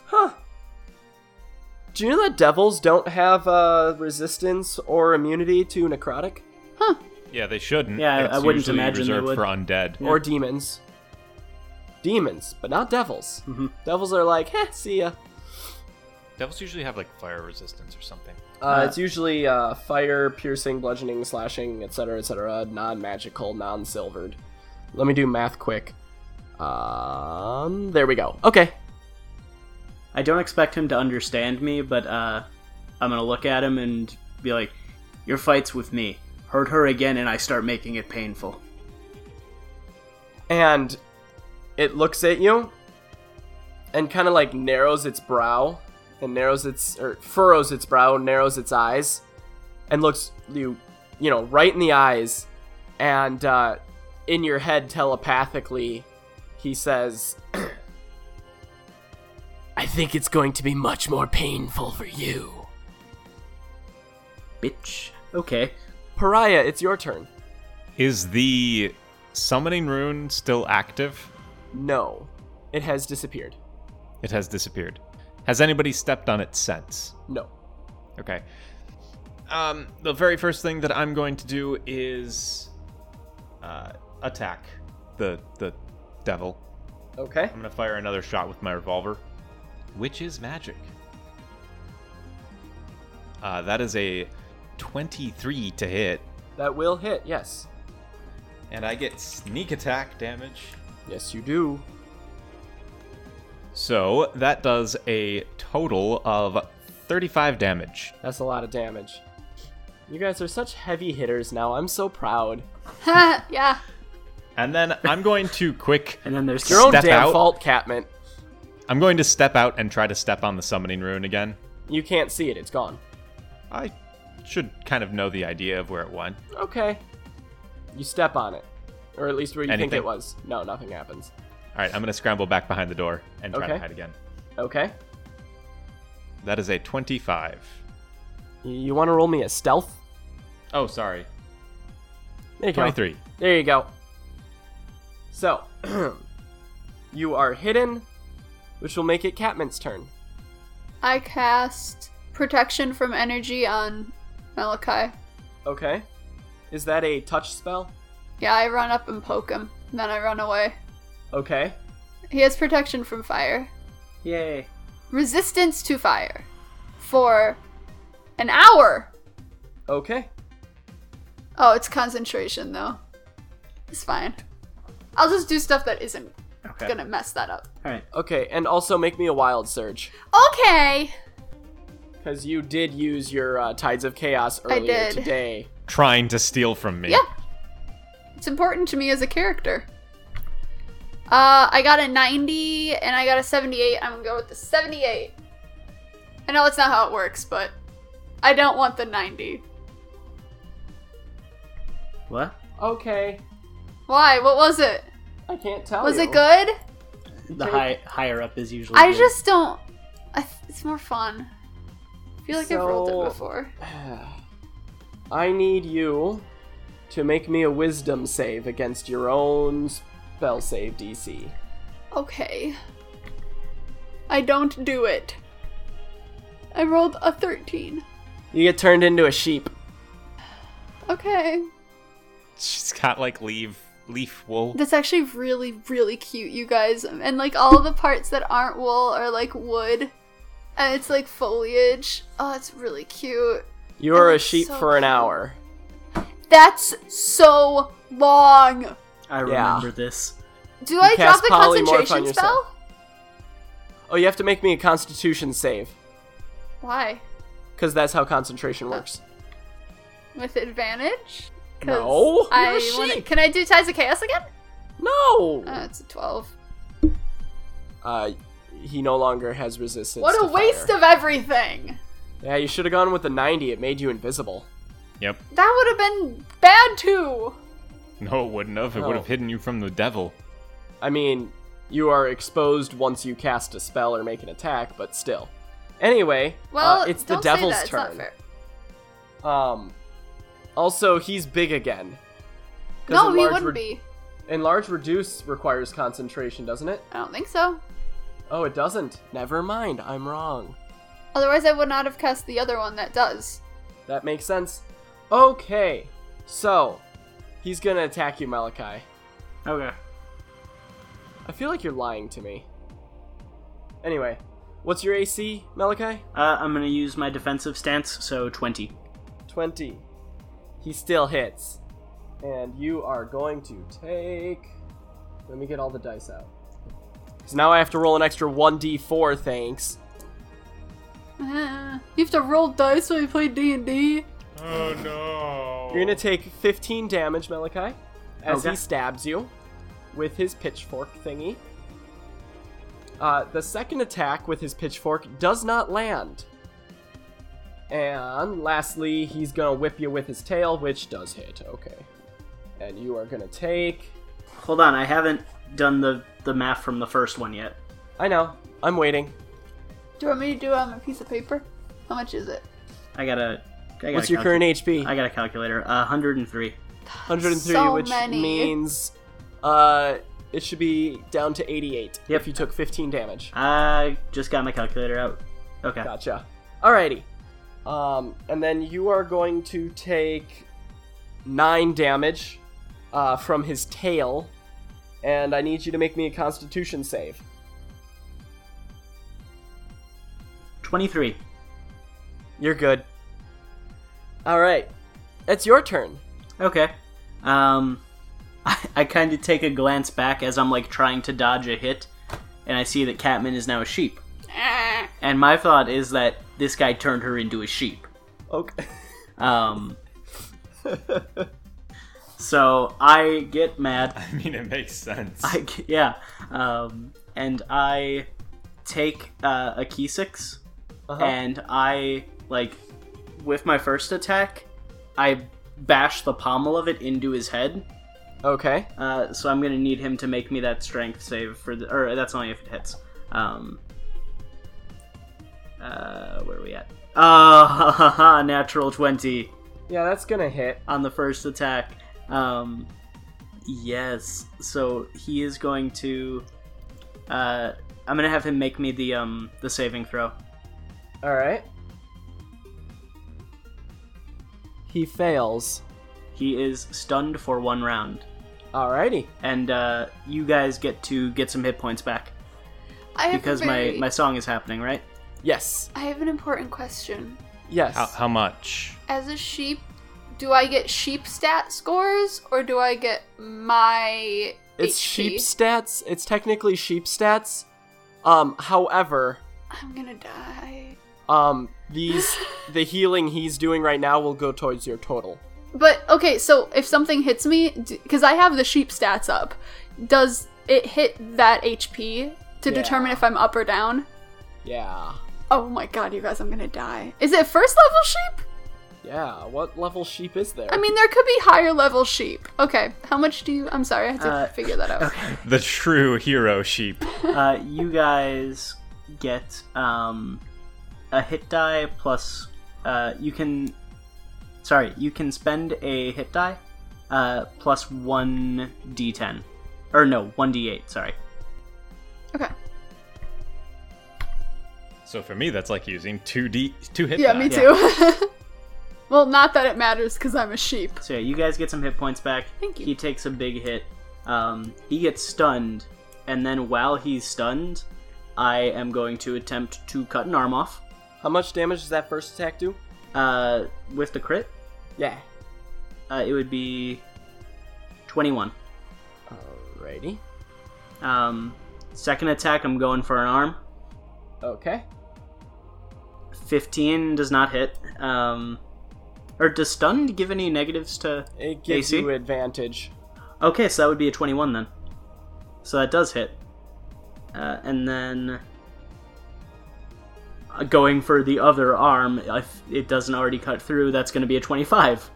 Huh. Do you know that devils don't have uh, resistance or immunity to necrotic?
Yeah, they shouldn't.
Yeah, I-
It's
I wouldn't
usually
imagine they
reserved
would.
for undead.
Or demons? Demons, but not devils.
Mhm.
Devils are like, heh, see ya.
Devils usually have like fire resistance or something.
Uh, it's usually uh, fire, piercing, bludgeoning, slashing, etc., etc., non magical, non silvered. Let me do math quick. Um, there we go. Okay.
I don't expect him to understand me, but uh, I'm gonna look at him and be like, "Your fight's with me. Hurt her again, and I start making it painful."
And it looks at you and kind of like narrows its brow and narrows its, or furrows its brow, narrows its eyes, and looks you, you know, right in the eyes. And uh, in your head, telepathically, he says, I think it's going to be much more painful for you.
Bitch. Okay.
Pariah, it's your turn.
Is the summoning rune still active?
No, it has disappeared.
It has disappeared. Has anybody stepped on it since?
No.
Okay. Um, the very first thing that I'm going to do is uh, attack the the devil.
Okay.
I'm gonna fire another shot with my revolver, which is magic. Uh, that is a 23 to hit,
That will hit, yes.
and I get sneak attack damage.
Yes, you do.
So that does a total of 35 damage.
That's a lot of damage. You guys are such heavy hitters now. I'm so proud.
yeah.
And then I'm going to quick
And then there's
Your own
Step
damn
out.
fault, Catmint.
I'm going to step out and try to step on the summoning rune again.
You can't see it. It's gone.
I should kind of know the idea of where it went.
Okay. You step on it, or at least where you think
Anything?
it was. No, nothing happens.
All right, I'm going to scramble back behind the door and try
Okay.
to hide again.
Okay.
That is a 25.
You, want to roll me a stealth?
Oh, sorry.
There you go.
23.
There you go. So, you are hidden, which will make it Catmint's turn.
I cast protection from energy on Malachi.
Okay. Is that a touch spell?
Yeah, I run up and poke him, and then I run away.
Okay.
He has protection from fire.
yay.
Resistance to fire. For an hour.
Okay.
Oh, it's concentration though. It's fine. I'll just do stuff that isn't
Okay.
gonna mess that up.
All right.
Okay, and also make me a wild surge.
Okay.
Because you did use your uh, Tides of Chaos
I
earlier
did.
today.
Trying to steal from me.
Yeah. It's important to me as a character. Uh, I got a 90 and I got a 78. I'm gonna go with the 78. I know that's not how it works, but I don't want the 90.
What?
Okay,
Why? What was it?
I can't tell.
Was
you.
it good?
The high, higher up is usually.
I
good.
just don't. I, th- it's more fun. I feel like I've rolled
So-
it before.
I need you to make me a wisdom save against your own spell save DC.
Okay. I don't do it. I rolled a 13.
You get turned into a sheep.
Okay.
She's got like leave leaf wool.
That's actually really, really cute, you guys. And like all the parts that aren't wool are like wood. And it's like foliage. Oh, it's really cute.
You are
Oh,
a
it's
sheep
so
for an
cute.
hour.
That's so long.
I
yeah.
remember this.
Do I drop
cast
the
polymorph on
concentration
yourself.
spell?
Oh, you have to make me a constitution save,
Why?
because that's how concentration works.
With advantage? 'Cause
No,
I
you're a
wanna-
sheep.
Can I do Ties of Chaos again?
No!
Oh, it's a 12.
Uh, he no longer has resistance.
what a waste of everything!
Yeah, you should have gone with the 90. It made you invisible.
Yep.
That would have been bad too!
No, it wouldn't have. It would
Oh.
have hidden you from the devil.
I mean, you are exposed once you cast a spell or make an attack, but still. Anyway,
Well,
uh, it's the
don't
devil's
say that.
turn.
It's not fair.
Um, also, he's big again. 'Cause
No, he
enlarge
wouldn't
re-
be.
Enlarge reduce requires concentration, doesn't it?
I don't think so.
Oh, it doesn't. Never mind, I'm wrong.
Otherwise, I would not have cast the other one that does.
That makes sense. Okay, so he's gonna attack you, Malachi.
Okay.
I feel like you're lying to me. Anyway, what's your AC, Malachi?
Uh, I'm gonna use my defensive stance, so 20.
20. He still hits. And you are going to take. Let me get all the dice out. Because now I have to roll an extra 1d4, thanks.
Eh, You have to roll dice when you play D and D.
Oh no.
You're going to take 15 damage, Malachi, as
Okay.
he stabs you with his pitchfork thingy. Uh, the second attack with his pitchfork does not land. And lastly, he's going to whip you with his tail, which does hit. Okay. And you are going to take.
Hold on, I haven't done the, the math from the first one yet.
I know. I'm waiting.
Do you want me to do it on a piece of paper? How much is it?
I gotta. I gotta
What's your
calcu-
current HP?
I got a calculator. Uh, 103.
103,
So
which
many.
means uh, it should be down to 88
Yep.
if you took 15 damage.
I just got my calculator out. Okay.
Gotcha. Alrighty. Um, and then you are going to take 9 damage uh, from his tail, and I need you to make me a constitution save.
23.
You're good. Alright. It's your turn.
Okay. Um, I, I kind of take a glance back as I'm like trying to dodge a hit, and I see that Catman is now a sheep. And my thought is that this guy turned her into a sheep.
Okay.
Um, so I get mad.
I mean, it makes sense.
I g- yeah. Um, and I take uh, a key 6
Uh-huh.
and I like with my first attack, I bash the pommel of it into his head.
Okay.
Uh, so I'm gonna need him to make me that strength save for the, or that's only if it hits. Um, uh, where are we at? Ah, natural twenty
Yeah, that's gonna hit.
on the first attack. Um, yes. So he is going to. Uh, I'm gonna have him make me the um the saving throw.
Alright. He fails.
He is stunned for one round,
Alrighty.
and uh, you guys get to get some hit points back
I have
because
a
my
very-
my song is happening, right?
Yes.
I have an important question.
Yes.
how, how much?
As a sheep, do I get sheep stat scores or do I get my
it's
HP?
sheep stats. It's technically sheep stats. Um, however,
I'm gonna die.
um, these the healing he's doing right now will go towards your total.
But okay, so if something hits me, because I have the sheep stats up, does it hit that HP to
Yeah.
determine if I'm up or down.
Yeah.
Oh my god, you guys, I'm gonna die. Is it first level sheep?
Yeah. What level sheep is there?
I mean, there could be higher level sheep. Okay, how much do you. I'm sorry, I had to
Uh,
figure that out.
The true hero sheep.
uh, you guys get um, a hit die plus. Uh, you can. Sorry, you can spend a hit die uh, plus 1d10. Or no, 1d8, sorry.
Okay.
So for me, that's like using two D two hit.
Yeah,
die.
me too. well, not that it matters because I'm a sheep.
So yeah, you guys get some hit points back.
Thank you.
He takes a big hit. Um, he gets stunned, and then while he's stunned, I am going to attempt to cut an arm off
How much damage does that first attack do?
uh, with the crit.
Yeah.
Uh, it would be 21.
Alrighty.
Um, second attack, I'm going for an arm.
Okay.
15 does not hit. Um, or does stunned give any negatives to.
It gives
AC?
you advantage.
Okay, so that would be a 21 then. So that does hit. Uh, and then. uh, Going for the other arm, if it doesn't already cut through, that's going to be a 25.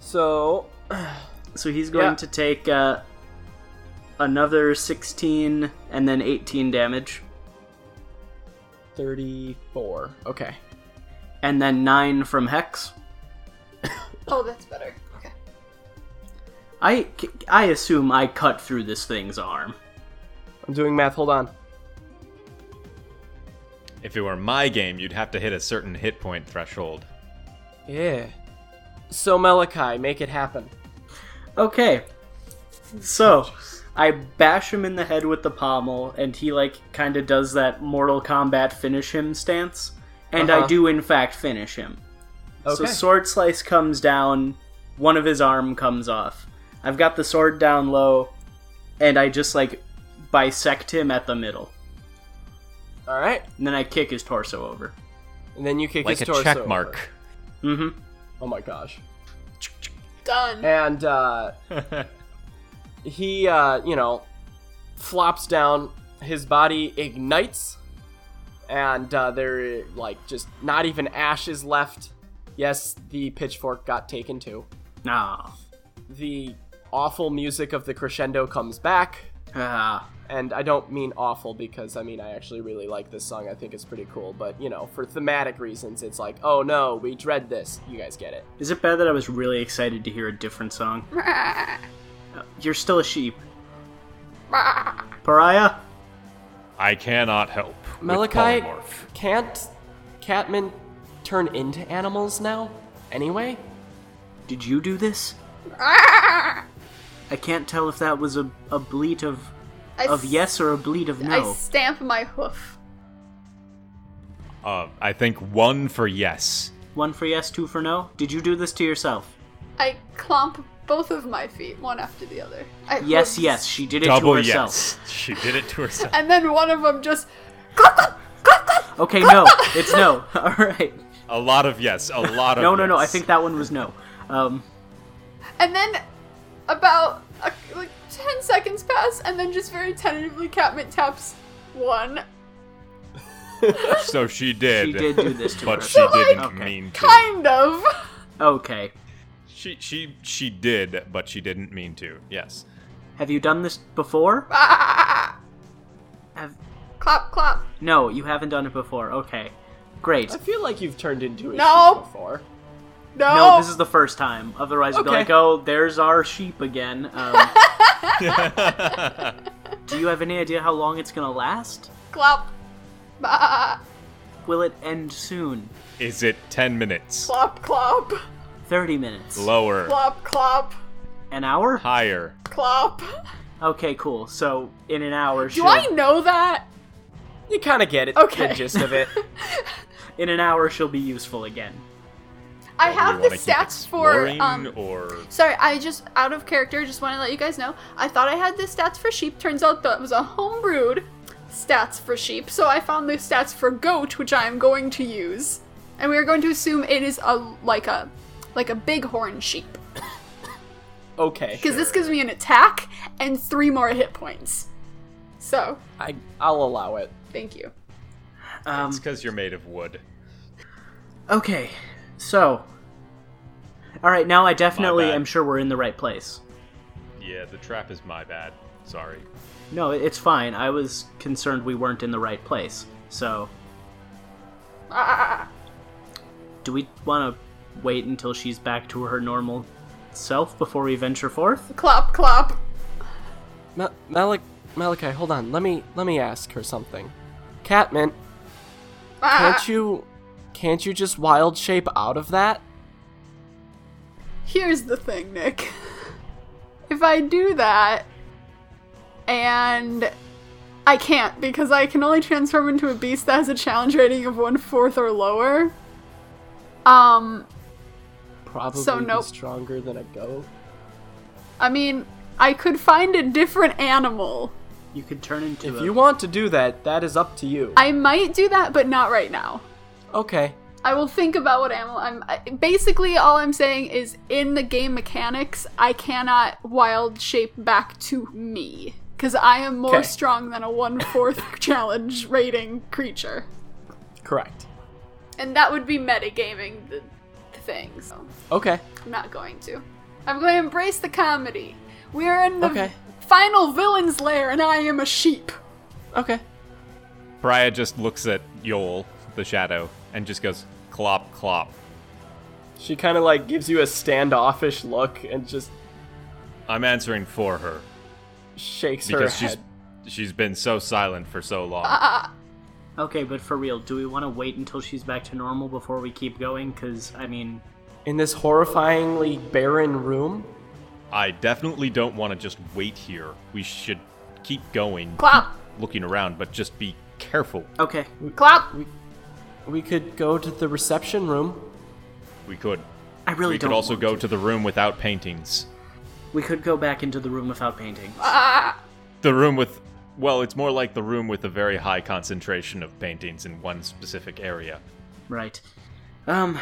So
So he's going
Yeah.
to take uh, another 16 and then 18 damage.
thirty-four. Okay.
and then nine from Hex.
Oh, that's better. Okay.
I, I assume I cut through this thing's arm.
I'm doing math. Hold on.
If it were my game, you'd have to hit a certain hit point threshold.
Yeah. So Malachi, make it happen.
Okay. So, I bash him in the head with the pommel, and he, like, kind of does that Mortal Kombat finish him stance. And I
Uh-huh.
do, in fact, finish him. So,
Okay.
Sword Slice comes down, one of his arm comes off. I've got the sword down low, and I just, like, bisect him at the middle.
All right.
And then I kick his torso over.
And then you kick
Like
his
a
torso.
check mark.
Mm hmm.
Oh my gosh.
Done.
And uh, he, uh, you know, flops down. His body ignites, and uh, there, like, just not even ashes left. Yes, the pitchfork got taken too.
Nah.
The awful music of the crescendo comes back,
Ah.
and I don't mean awful because I mean I actually really like this song. I think it's pretty cool, but you know, for thematic reasons, it's like, oh no, we dread this. You guys get it.
Is it bad that I was really excited to hear a different song? You're still a sheep. Pariah?
I cannot help. with
Malachi,
polymorph.
can't Catman turn into animals now? Anyway?
Did you do this? I can't tell if that was a, a bleat of,
I
of
s-
yes or a bleat of
I
no.
stamp my hoof.
Uh, I think one for yes.
One for yes, two for no? Did you do this to yourself?
I clomp both of my feet, one after the other. I
Yes,
hoofed.
yes, she did it
Double
to herself.
yes. She did it to herself.
And then one of them just.
Okay, no, it's no. Alright.
a lot of yes. A lot of
No, no, no, I
yes.
think that one was no. Um,
And then about uh, like 10 seconds pass, and then just very tentatively, Catmint taps one.
so. She did.
she did do this to
But she
herself.
didn't
Okay.
mean to.
Kind of.
Okay.
She she she did, but she didn't mean to. Yes.
Have you done this before? Have,
Clap, clap.
No, you haven't done it before. Okay. Great.
I feel like you've turned into a
No.
sheep before.
No.
No, this is the first time. Otherwise, we'd be
Okay.
like, oh, there's our sheep again. Um, do you have any idea how long it's going to last?
Clap. Bah.
Will it end soon?
Is it ten minutes?
Clop, clop.
30 minutes?
Lower.
Clop, clop.
An hour?
Higher.
Clop.
Okay, cool. So, in an hour,
Do
she'll,
I know that?
You kind of get it.
Okay.
The gist of it.
in an hour, she'll be useful again.
I
Or do
have
you
the
wanna keep
stats for
exploring,
um
or
Sorry, I just out of character just want to let you guys know. I thought I had the stats for sheep. Turns out that was a homebrewed stats for sheep. So I found the stats for goat, which I am going to use, and we are going to assume it is a like a like a bighorn sheep.
okay.
because this gives me an attack and three more hit points. So
I I'll allow it.
thank you.
Um,
It's because you're made of wood.
okay, so. Alright, now I definitely
bad.
am sure we're in the right place.
Yeah, the trap is my bad. Sorry.
No, it- it's fine. I was concerned we weren't in the right place. So,
Ah,
do we want to wait until she's back to her normal self before we venture forth?
clop clop.
Ma- Malik Malachi, hold on. Let me let me ask her something. Catmint,
Ah,
can't you can't you just wild shape out of that?
here's the thing, Nick. If I do that, and I can't because I can only transform into a beast that has a challenge rating of one fourth or lower. Um,
Probably
So
be
nope.
stronger than a goat.
I mean, I could find a different animal.
You could turn into
If
a.
you want to do that, that is up to you.
I might do that, but not right now.
okay.
I will think about what animal I'm. I, basically, all I'm saying is in the game mechanics, I cannot wild shape back to me. Because I am more
Okay.
strong than a one fourth challenge rating creature.
Correct.
And that would be metagaming the, the thing, so
Okay.
I'm not going to. I'm going to embrace the comedy. We are in the
Okay.
final villain's lair, and I am a sheep.
Okay.
Briar just looks at Yol, the shadow, and just goes clop clop.
She kind of like gives you a standoffish look and just
I'm answering for her
shakes her
because
head.
she's she's been so silent for so
Uh,
long.
Okay, but for real, do we want to wait until she's back to normal before we keep going? Because, I mean,
In this horrifyingly barren room,
I definitely don't want to just wait here. We should keep going,
Clop!
looking around, but just be careful.
okay.
Clop!
we could go to the reception room.
We could
I really
we
don't.
could also
want
go to the room without paintings.
We could go back into the room without painting.
The room with well, it's more like the room with a very high concentration of paintings in one specific area.
Right. Um.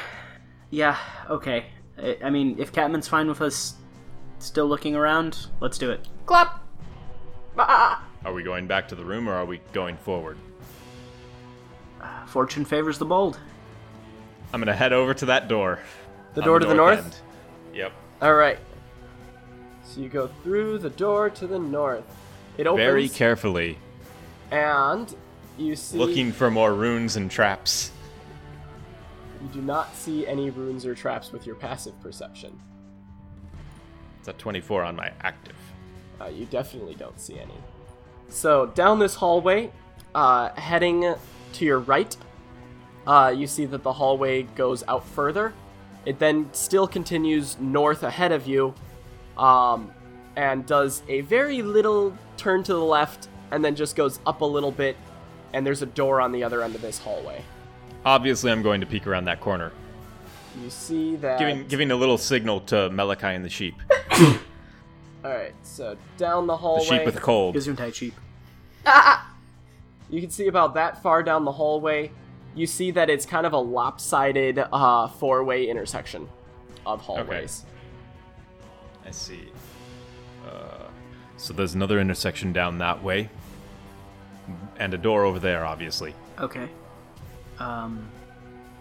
Yeah. Okay. I, I mean, if Catman's fine with us still looking around, let's do it.
Clop! Ah!
Are we going back to the room or are we going forward?
Fortune favors the bold.
I'm gonna head over to that door.
The
on
door to the north.
end. Yep.
All right. So you go through the door to the north. It opens
Very carefully,
and you see
looking for more runes and traps.
you do not see any runes or traps with your passive perception.
It's a 24 on my active.
Uh, you definitely don't see any. So down this hallway, uh, heading to your right, uh, you see that the hallway goes out further. It then still continues north ahead of you, um, and does a very little turn to the left, and then just goes up a little bit. And there's a door on the other end of this hallway.
Obviously, I'm going to peek around that corner,
You see that.
giving giving a little signal to Malachi and the sheep,
All right, so down the
the
hallway.
sheep with a cold.
Gesundheit Tai Chi.
You can see about that far down the hallway. You see that it's kind of a lopsided uh, four-way intersection of hallways.
I see. Uh, so there's another intersection down that way, and a door over there. Obviously.
Okay. Um.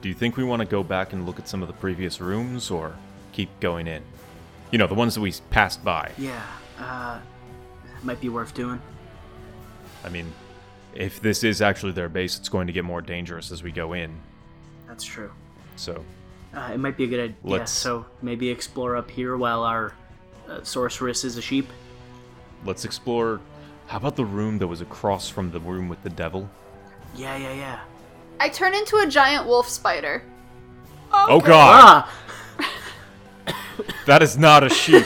Do you think we want to go back and look at some of the previous rooms, or keep going in? You know, the ones that we passed by.
Yeah. Uh. Might be worth doing.
I mean, if this is actually their base, it's going to get more dangerous as we go in.
That's true.
So
Uh, it might be a good idea.
Let's-
so maybe explore up here while our uh, sorceress is a sheep.
let's explore. How about the room that was across from the room with the devil?
Yeah. Yeah. Yeah.
I turn into a giant wolf spider.
Oh god!
Ah.
That is not a sheep!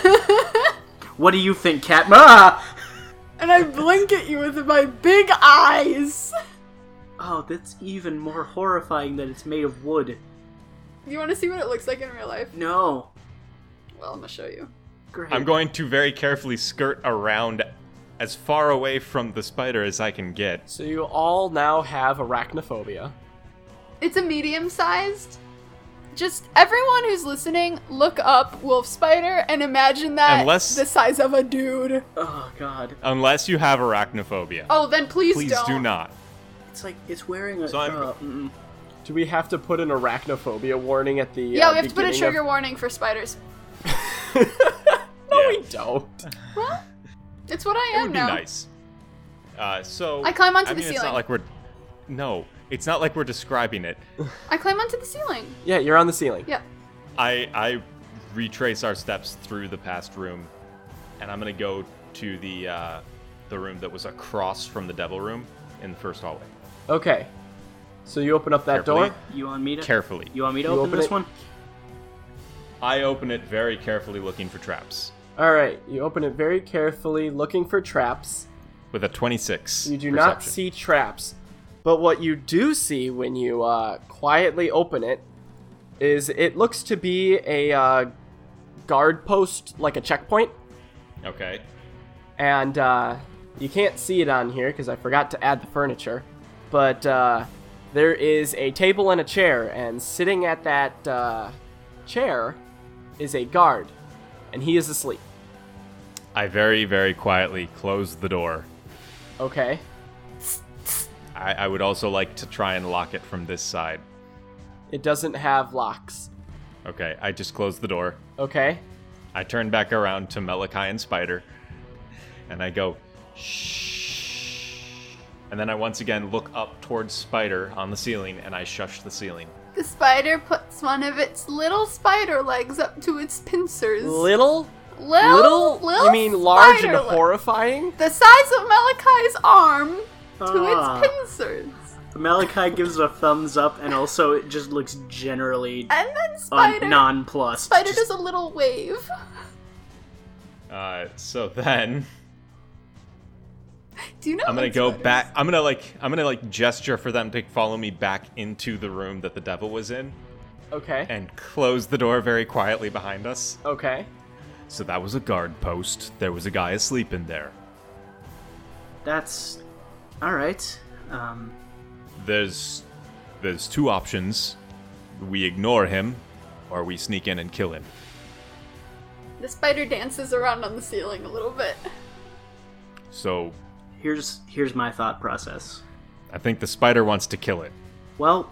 What do you think, Catman? Ah.
And I blink at you with my big eyes.
Oh, that's even more horrifying that it's made of wood.
You want to see what it looks like in real life?
No.
Well, I'm gonna show you.
Great.
I'm going to very carefully skirt around as far away from the spider as I can get.
So you all now have arachnophobia.
It's a medium-sized just everyone who's listening, look up wolf spider and imagine that
Unless-
the size of a dude.
Oh god,
Unless you have arachnophobia.
Oh, then please,
Please
don't. Oh,
do not.
it's like it's wearing a.
So I'm-
uh, mm-mm.
Do we have to put an arachnophobia warning at the?
Yeah,
uh,
we have to put a
beginning
trigger
Of...
warning for spiders.
No,
Yeah.
we don't.
Well, it's what I
It
am
would be
now.
nice. Uh, so
I climb onto
I
the
mean, It's
ceiling.
not like we're. No, it's not like we're describing it.
I climb onto the ceiling.
Yeah, you're on the ceiling.
Yeah.
I I retrace our steps through the past room, and I'm gonna go to the uh, the room that was across from the devil room in the first hallway.
Okay. So you open up that
Carefully.
door.
You want me to?
Carefully,
You want me to
You
open,
open
this
it?
one?
I open it very carefully, looking for traps.
All right. You open it very carefully, looking for traps.
With a 26.
You do not
perception.
see traps, but what you do see when you uh, quietly open it is it looks to be a uh, guard post, like a checkpoint,
Okay.
and uh, you can't see it on here because I forgot to add the furniture, but uh, there is a table and a chair, and sitting at that uh, chair is a guard, and he is asleep.
I very, very quietly close the door.
Okay.
I, I would also like to try and lock it from this side.
It doesn't have locks.
Okay, I just close the door.
Okay.
I turn back around to Melikai and Spider, and I go, shh. And then I once again look up towards Spider on the ceiling, and I shush the ceiling.
The spider puts one of its little spider legs up to its pincers.
Little
little,
Little? you mean large and
spider leg.
horrifying?
The size of Malachi's arm to
Ah.
its pincers.
Malachi gives a thumbs up, and also it just looks generally
And then
un-
spider.
nonplussed.
Spider
Uh,
does
Just-
a little wave.
Uh, so then
Do you know?
I'm gonna
what
go
spiders-
back. I'm gonna like I'm gonna like gesture for them to follow me back into the room that the devil was in,
Okay.
and close the door very quietly behind us.
Okay.
So that was a guard post. There was a guy asleep in there.
That's all right. Um,
There's there's two options. We ignore him, or we sneak in and kill him.
The spider dances around on the ceiling a little bit.
So
here's here's my thought process.
I think the spider wants to kill it.
Well,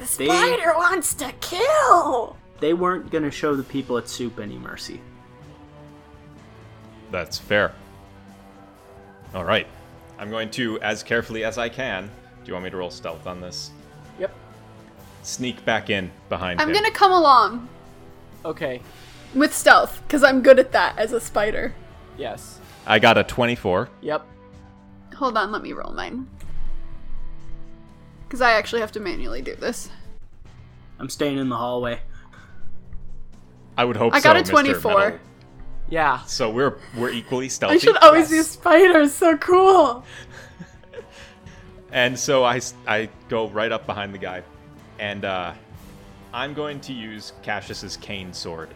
The
They-
spider wants to kill.
they weren't gonna show the people at Soup any mercy.
That's fair. All right. I'm going to, as carefully as I can. Do you want me to roll stealth on this?
Yep.
Sneak back in behind
I'm
him.
gonna come along
Okay.
with stealth because I'm good at that as a spider.
Yes.
I got a 24.
Yep.
Hold on, let me roll mine. Because I actually have to manually do this.
I'm staying in the hallway.
I would hope
I got
so,
a
Mr.
24.
Metal.
Yeah.
So we're we're equally stealthy.
I should always
Yes.
use spiders. So cool.
And so I, s- I go right up behind the guy, and uh, I'm going to use Cassius's cane sword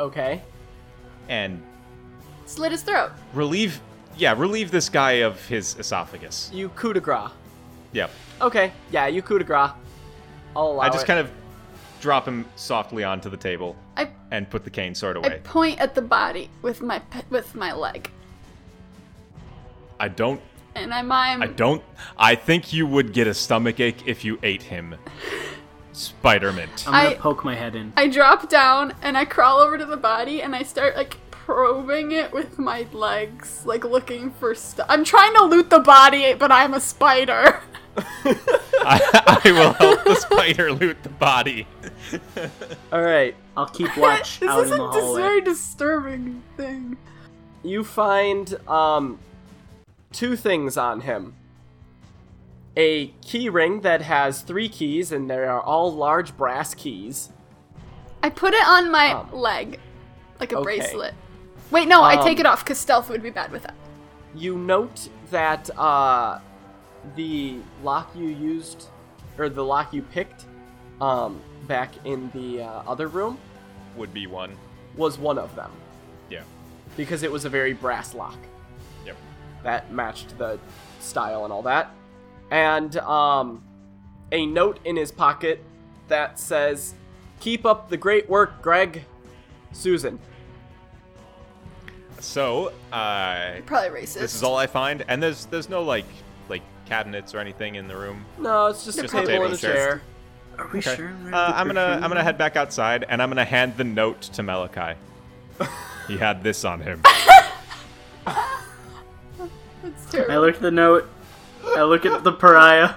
Okay.
and
Slit his throat.
relieve, yeah, relieve this guy of his esophagus.
You coup de grace.
Yep.
Okay. Yeah, you coup de grace. I'll allow
I just
it.
kind of drop him softly onto the table
I
and put the cane sword
I
away.
point at the body with my pe- with my leg,
I don't,
and I mime.
I don't, I think you would get a stomach ache if you ate him, Spider Mint.
I'm gonna
I-
poke my head in.
I drop down and I crawl over to the body and I start like probing it with my legs, like looking for stuff. I'm trying to loot the body, but I'm a spider.
I, I will help the spider loot the body.
All right.
I'll keep watch
this
out
is
in the
a dis-
hallway.
very disturbing thing.
You find um two things on him. A key ring that has three keys and they are all large brass keys.
I put it on my
Um,
leg, like a
okay.
bracelet. Wait, no, I take
Um,
it off because stealth would be bad with that.
You note that uh, the lock you used, or the lock you picked, um, back in the uh, other room,
Would be one.
was one of them
Yeah.
because it was a very brass lock
Yep.
that matched the style and all that, and um, a note in his pocket that says, Keep up the great work, Greg. Susan.
So, uh,
Probably racist.
this is all I find, and there's there's no like like cabinets or anything in the room.
No, it's just,
Just
a table and a
and chairs.
chair.
Are we
Okay.
sure? we're
Uh, I'm
looking
gonna
for
I'm gonna
you?
head back outside, and I'm gonna hand the note to Malachi. he had this on him.
It's
I
terrible.
look at the note. I look at the pariah.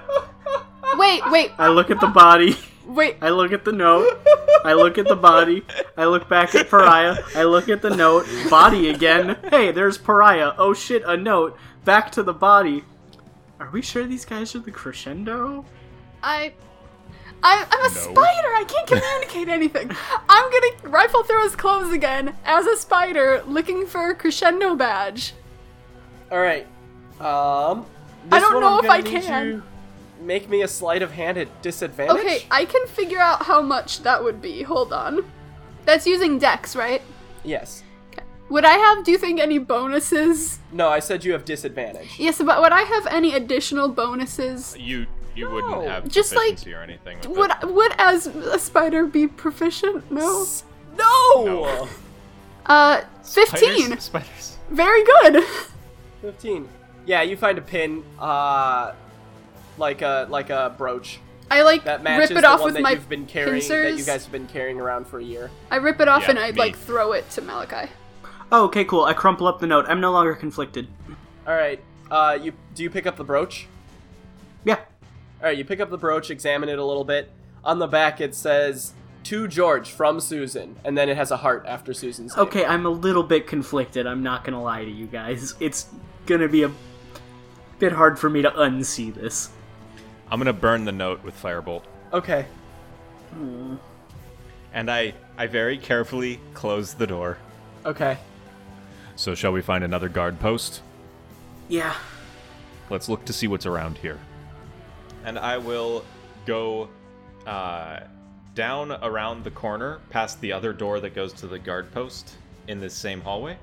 Wait, wait,
I look at the body.
wait.
I look at the note. I look at the body. I look back at pariah. I look at the note. Body again. Hey, there's pariah. Oh shit, a note. Back to the body. Are we sure these guys are the crescendo?
I, I I'm a
No.
spider. I can't communicate anything. I'm gonna rifle through his clothes again as a spider, looking for a crescendo badge.
All right. Um.
I
this
don't
one
know
I'm
if I
gonna need
can.
you Make me a sleight of hand at disadvantage.
Okay, I can figure out how much that would be. Hold on. That's using Dex, right?
Yes.
Would I have? Do you think any bonuses?
No, I said you have disadvantage.
Yes, but would I have any additional bonuses?
You you
No,
wouldn't have
just like-
proficiency or anything.
Uh,
With
Would
it.
would as a spider be proficient? No.
S- No.
No.
Uh, fifteen.
Spiders, spiders.
Very good.
Fifteen. Yeah, you find a pin. Uh, like a like a brooch
I like
that matches
rip it
the
off
one
with
that
my
you've been carrying that you
pincers.
guys have been carrying around for a year.
I rip it off
Yeah,
and I
me.
like throw it to Malachi.
Oh, okay, cool. I crumple up the note. I'm no longer conflicted.
All right. Uh, you do you pick up the brooch?
Yeah.
All right, you pick up the brooch, examine it a little bit. On the back, it says "To George from Susan," and then it has a heart after Susan's name.
Okay, I'm a little bit conflicted. I'm not gonna lie to you guys. It's gonna be a bit hard for me to unsee this.
I'm gonna burn the note with firebolt,
Okay.
and I I very carefully close the door.
Okay.
So shall we find another guard post?
Yeah.
Let's look to see what's around here. And I will go uh, down around the corner, past the other door that goes to the guard post in this same hallway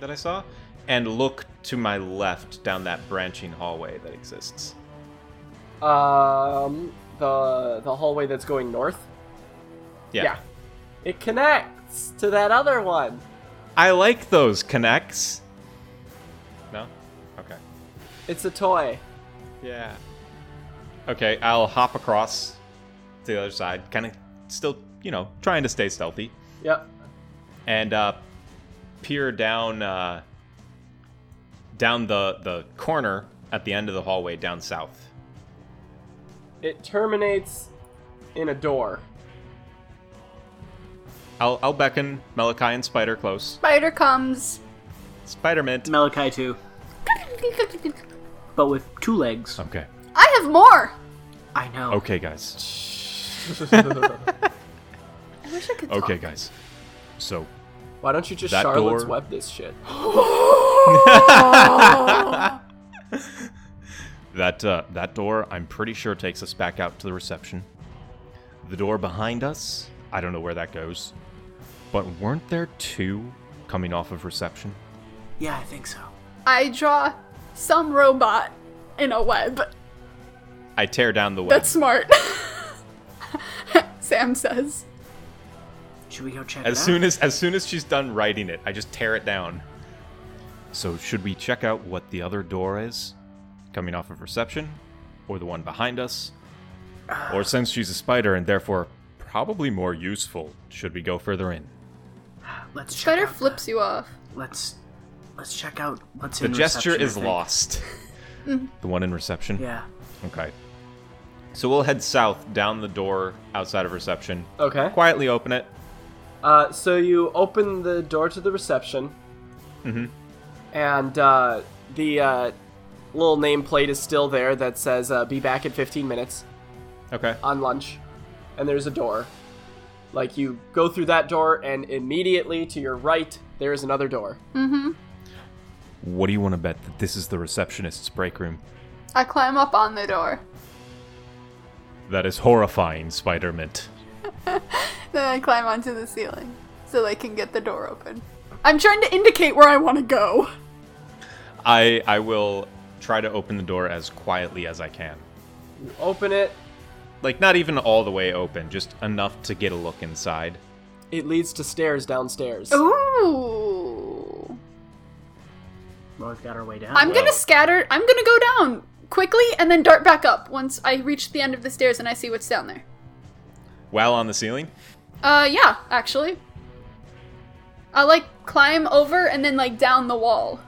that I saw, and look to my left down that branching hallway that exists.
Um, the the hallway that's going north.
Yeah.
It connects to that other one.
I like those connects. No? Okay.
It's a toy.
Yeah. Okay, I'll hop across to the other side, kind of still, you know, trying to stay stealthy.
Yep.
and uh, peer down uh, down the the corner at the end of the hallway down south.
It terminates in a door.
I'll, I'll beckon Malachi and Spider close.
Spider comes.
Spider Mint.
Malachi too. But with two legs.
Okay.
I have more.
I know.
Oh. Okay, guys.
I wish I could.
Okay,
talk.
guys. So
Why don't you just
That
Charlotte's
door-
web this shit?
that uh, that door, I'm pretty sure, takes us back out to the reception. The door behind us, I don't know where that goes. But weren't there two coming off of reception?
Yeah, I think so.
I draw some robot in a web.
I tear down the web.
That's smart. Sam says.
Should we go check it
As
out?
soon as as soon as she's done writing it, I just tear it down. So should we check out what the other door is coming off of reception or the one behind us? Or since she's a spider and therefore probably more useful, should we go further in?
let's check
Spider
out the-
flips you off.
Let's let's check out what's
The
in
gesture
reception, I
is
think.
lost.
Mm-hmm.
the one in reception.
Yeah.
Okay. So we'll head south down the door outside of reception.
Okay.
Quietly open it.
Uh, so you open the door to the reception,
Mm-hmm.
and uh, the uh, little nameplate is still there that says uh, "Be back in 15 minutes
Okay.
on lunch," and there's a door. Like you go through that door, and immediately to your right there is another door.
What do you want to bet that this is the receptionist's break room?
I climb up on the door.
That is horrifying, Spider Mint.
Then I climb onto the ceiling so they can get the door open. I'm trying to indicate where I want to go.
I I will try to open the door as quietly as I can.
You open it,
like not even all the way open, just enough to get a look inside.
It leads to stairs downstairs.
Oh.
Ooh.
Well, we've got our way down.
I'm gonna scatter. I'm gonna go down quickly and then dart back up once I reach the end of the stairs and I see what's down there.
While on the ceiling,
Uh, yeah, actually. I'll like climb over and then like down the wall.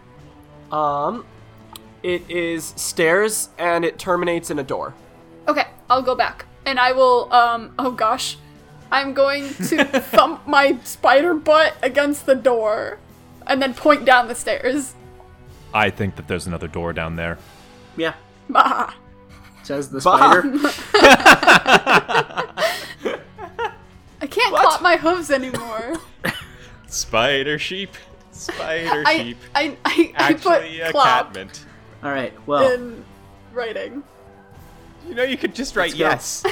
Um, it is stairs and it terminates in a door.
Okay, I'll go back and I will. Um, oh gosh, I'm going to thump my spider butt against the door and then point down the stairs.
I think that there's another door down there.
Yeah,
Bah.
says the
Bah.
spider.
I can't clap my hooves anymore.
Spider sheep, spider
I,
sheep.
I, I, I put
Actually, a
clop
catment.
All right. Well,
in writing.
You know, you could just write
go.
yes.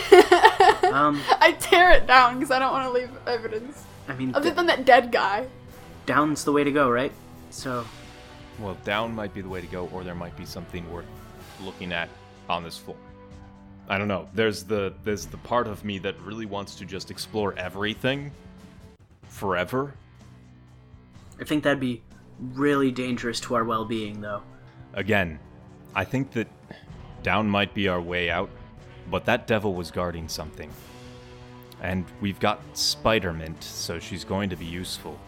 um,
I tear it down because I don't want to leave evidence
I mean,
other
d-
than that dead guy.
down's the way to go, right? So,
well, down might be the way to go, or there might be something worth looking at on this floor. I don't know. There's the there's the part of me that really wants to just explore everything forever.
I think that'd be really dangerous to our well-being, though.
Again, I think that down might be our way out, but that devil was guarding something. And we've got Spider Mint, so she's going to be useful.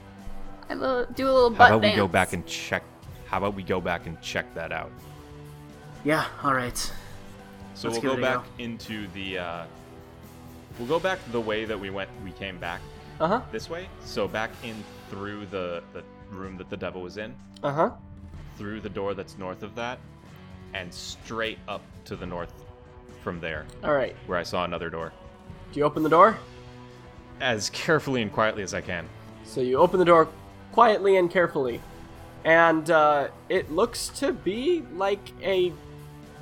I li- do a little
How
butt
about we go
dance.
back and check? How about we go back and check that out?
Yeah. All right.
So
Let's
we'll
give
go
it a go.
back into the. Uh, we'll go back the way that we went. We came back
Uh
Uh-huh.
huh.
this way. So back in through the the room that the devil was in,
Uh huh.
through the door that's north of that, and straight up to the north from there,
All right.
where I saw another door.
Do you open the door?
As carefully and quietly as I can.
So you open the door quietly and carefully, and uh, it looks to be like a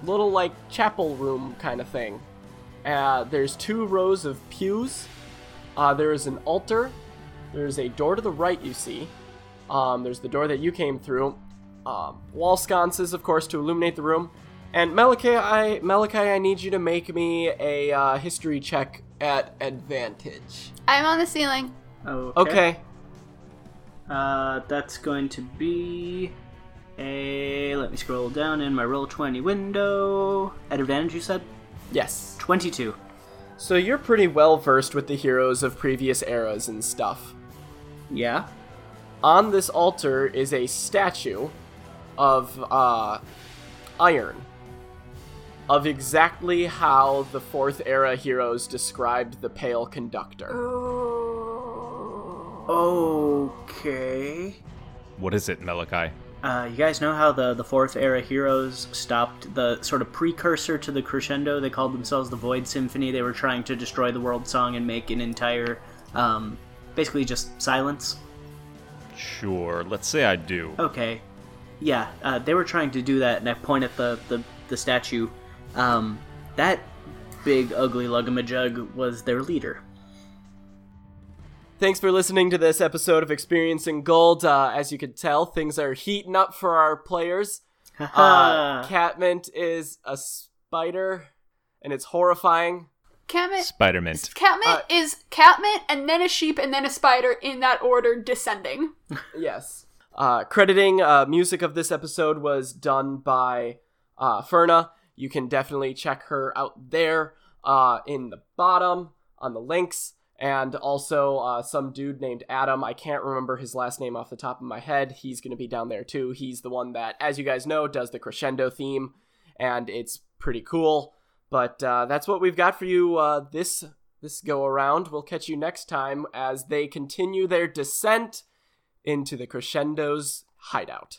little like chapel room kind of thing. Uh, there's two rows of pews. Uh, there is an altar. There's a door to the right you see. Um, there's the door that you came through. Um, wall sconces, of course, to illuminate the room. And Malachi, I, Malachi, I need you to make me a uh, history check at advantage.
I'm on the ceiling.
Okay.
Okay.
Uh, that's going to be a. Let me scroll down in my roll twenty window. At advantage, you said
Yes.
twenty-two.
So you're pretty well versed with the heroes of previous eras and stuff.
Yeah.
On this altar is a statue of uh, iron, of exactly how the fourth era heroes described the pale
Oh.
conductor.
Okay.
What is it, Melikai?
Uh, you guys know how the, the fourth era heroes stopped the sort of precursor to the crescendo? They called themselves the Void Symphony. They were trying to destroy the world song and make an entire, um, basically just silence.
Sure, let's say I do.
Okay. Yeah, uh, they were trying to do that, and I point at the, the, the statue. Um, that big, ugly Lugamajug was their leader.
Thanks for listening to this episode of Experiencing Gold. Uh, as you can tell, things are heating up for our players. Uh,
Haha.
Catmint is a spider, and it's horrifying.
Catmint.
Spider Mint.
Catmint
Uh,
is catmint and then a sheep and then a spider in that order descending.
Yes. Uh, crediting uh, music of this episode was done by uh, Ferna. You can definitely check her out there uh, in the bottom on the links. And also uh, some dude named Adam. I can't remember his last name off the top of my head. He's going to be down there too. He's the one that, as you guys know, does the crescendo theme. And it's pretty cool. But uh, that's what we've got for you uh, this this go around. We'll catch you next time as they continue their descent into the crescendo's hideout.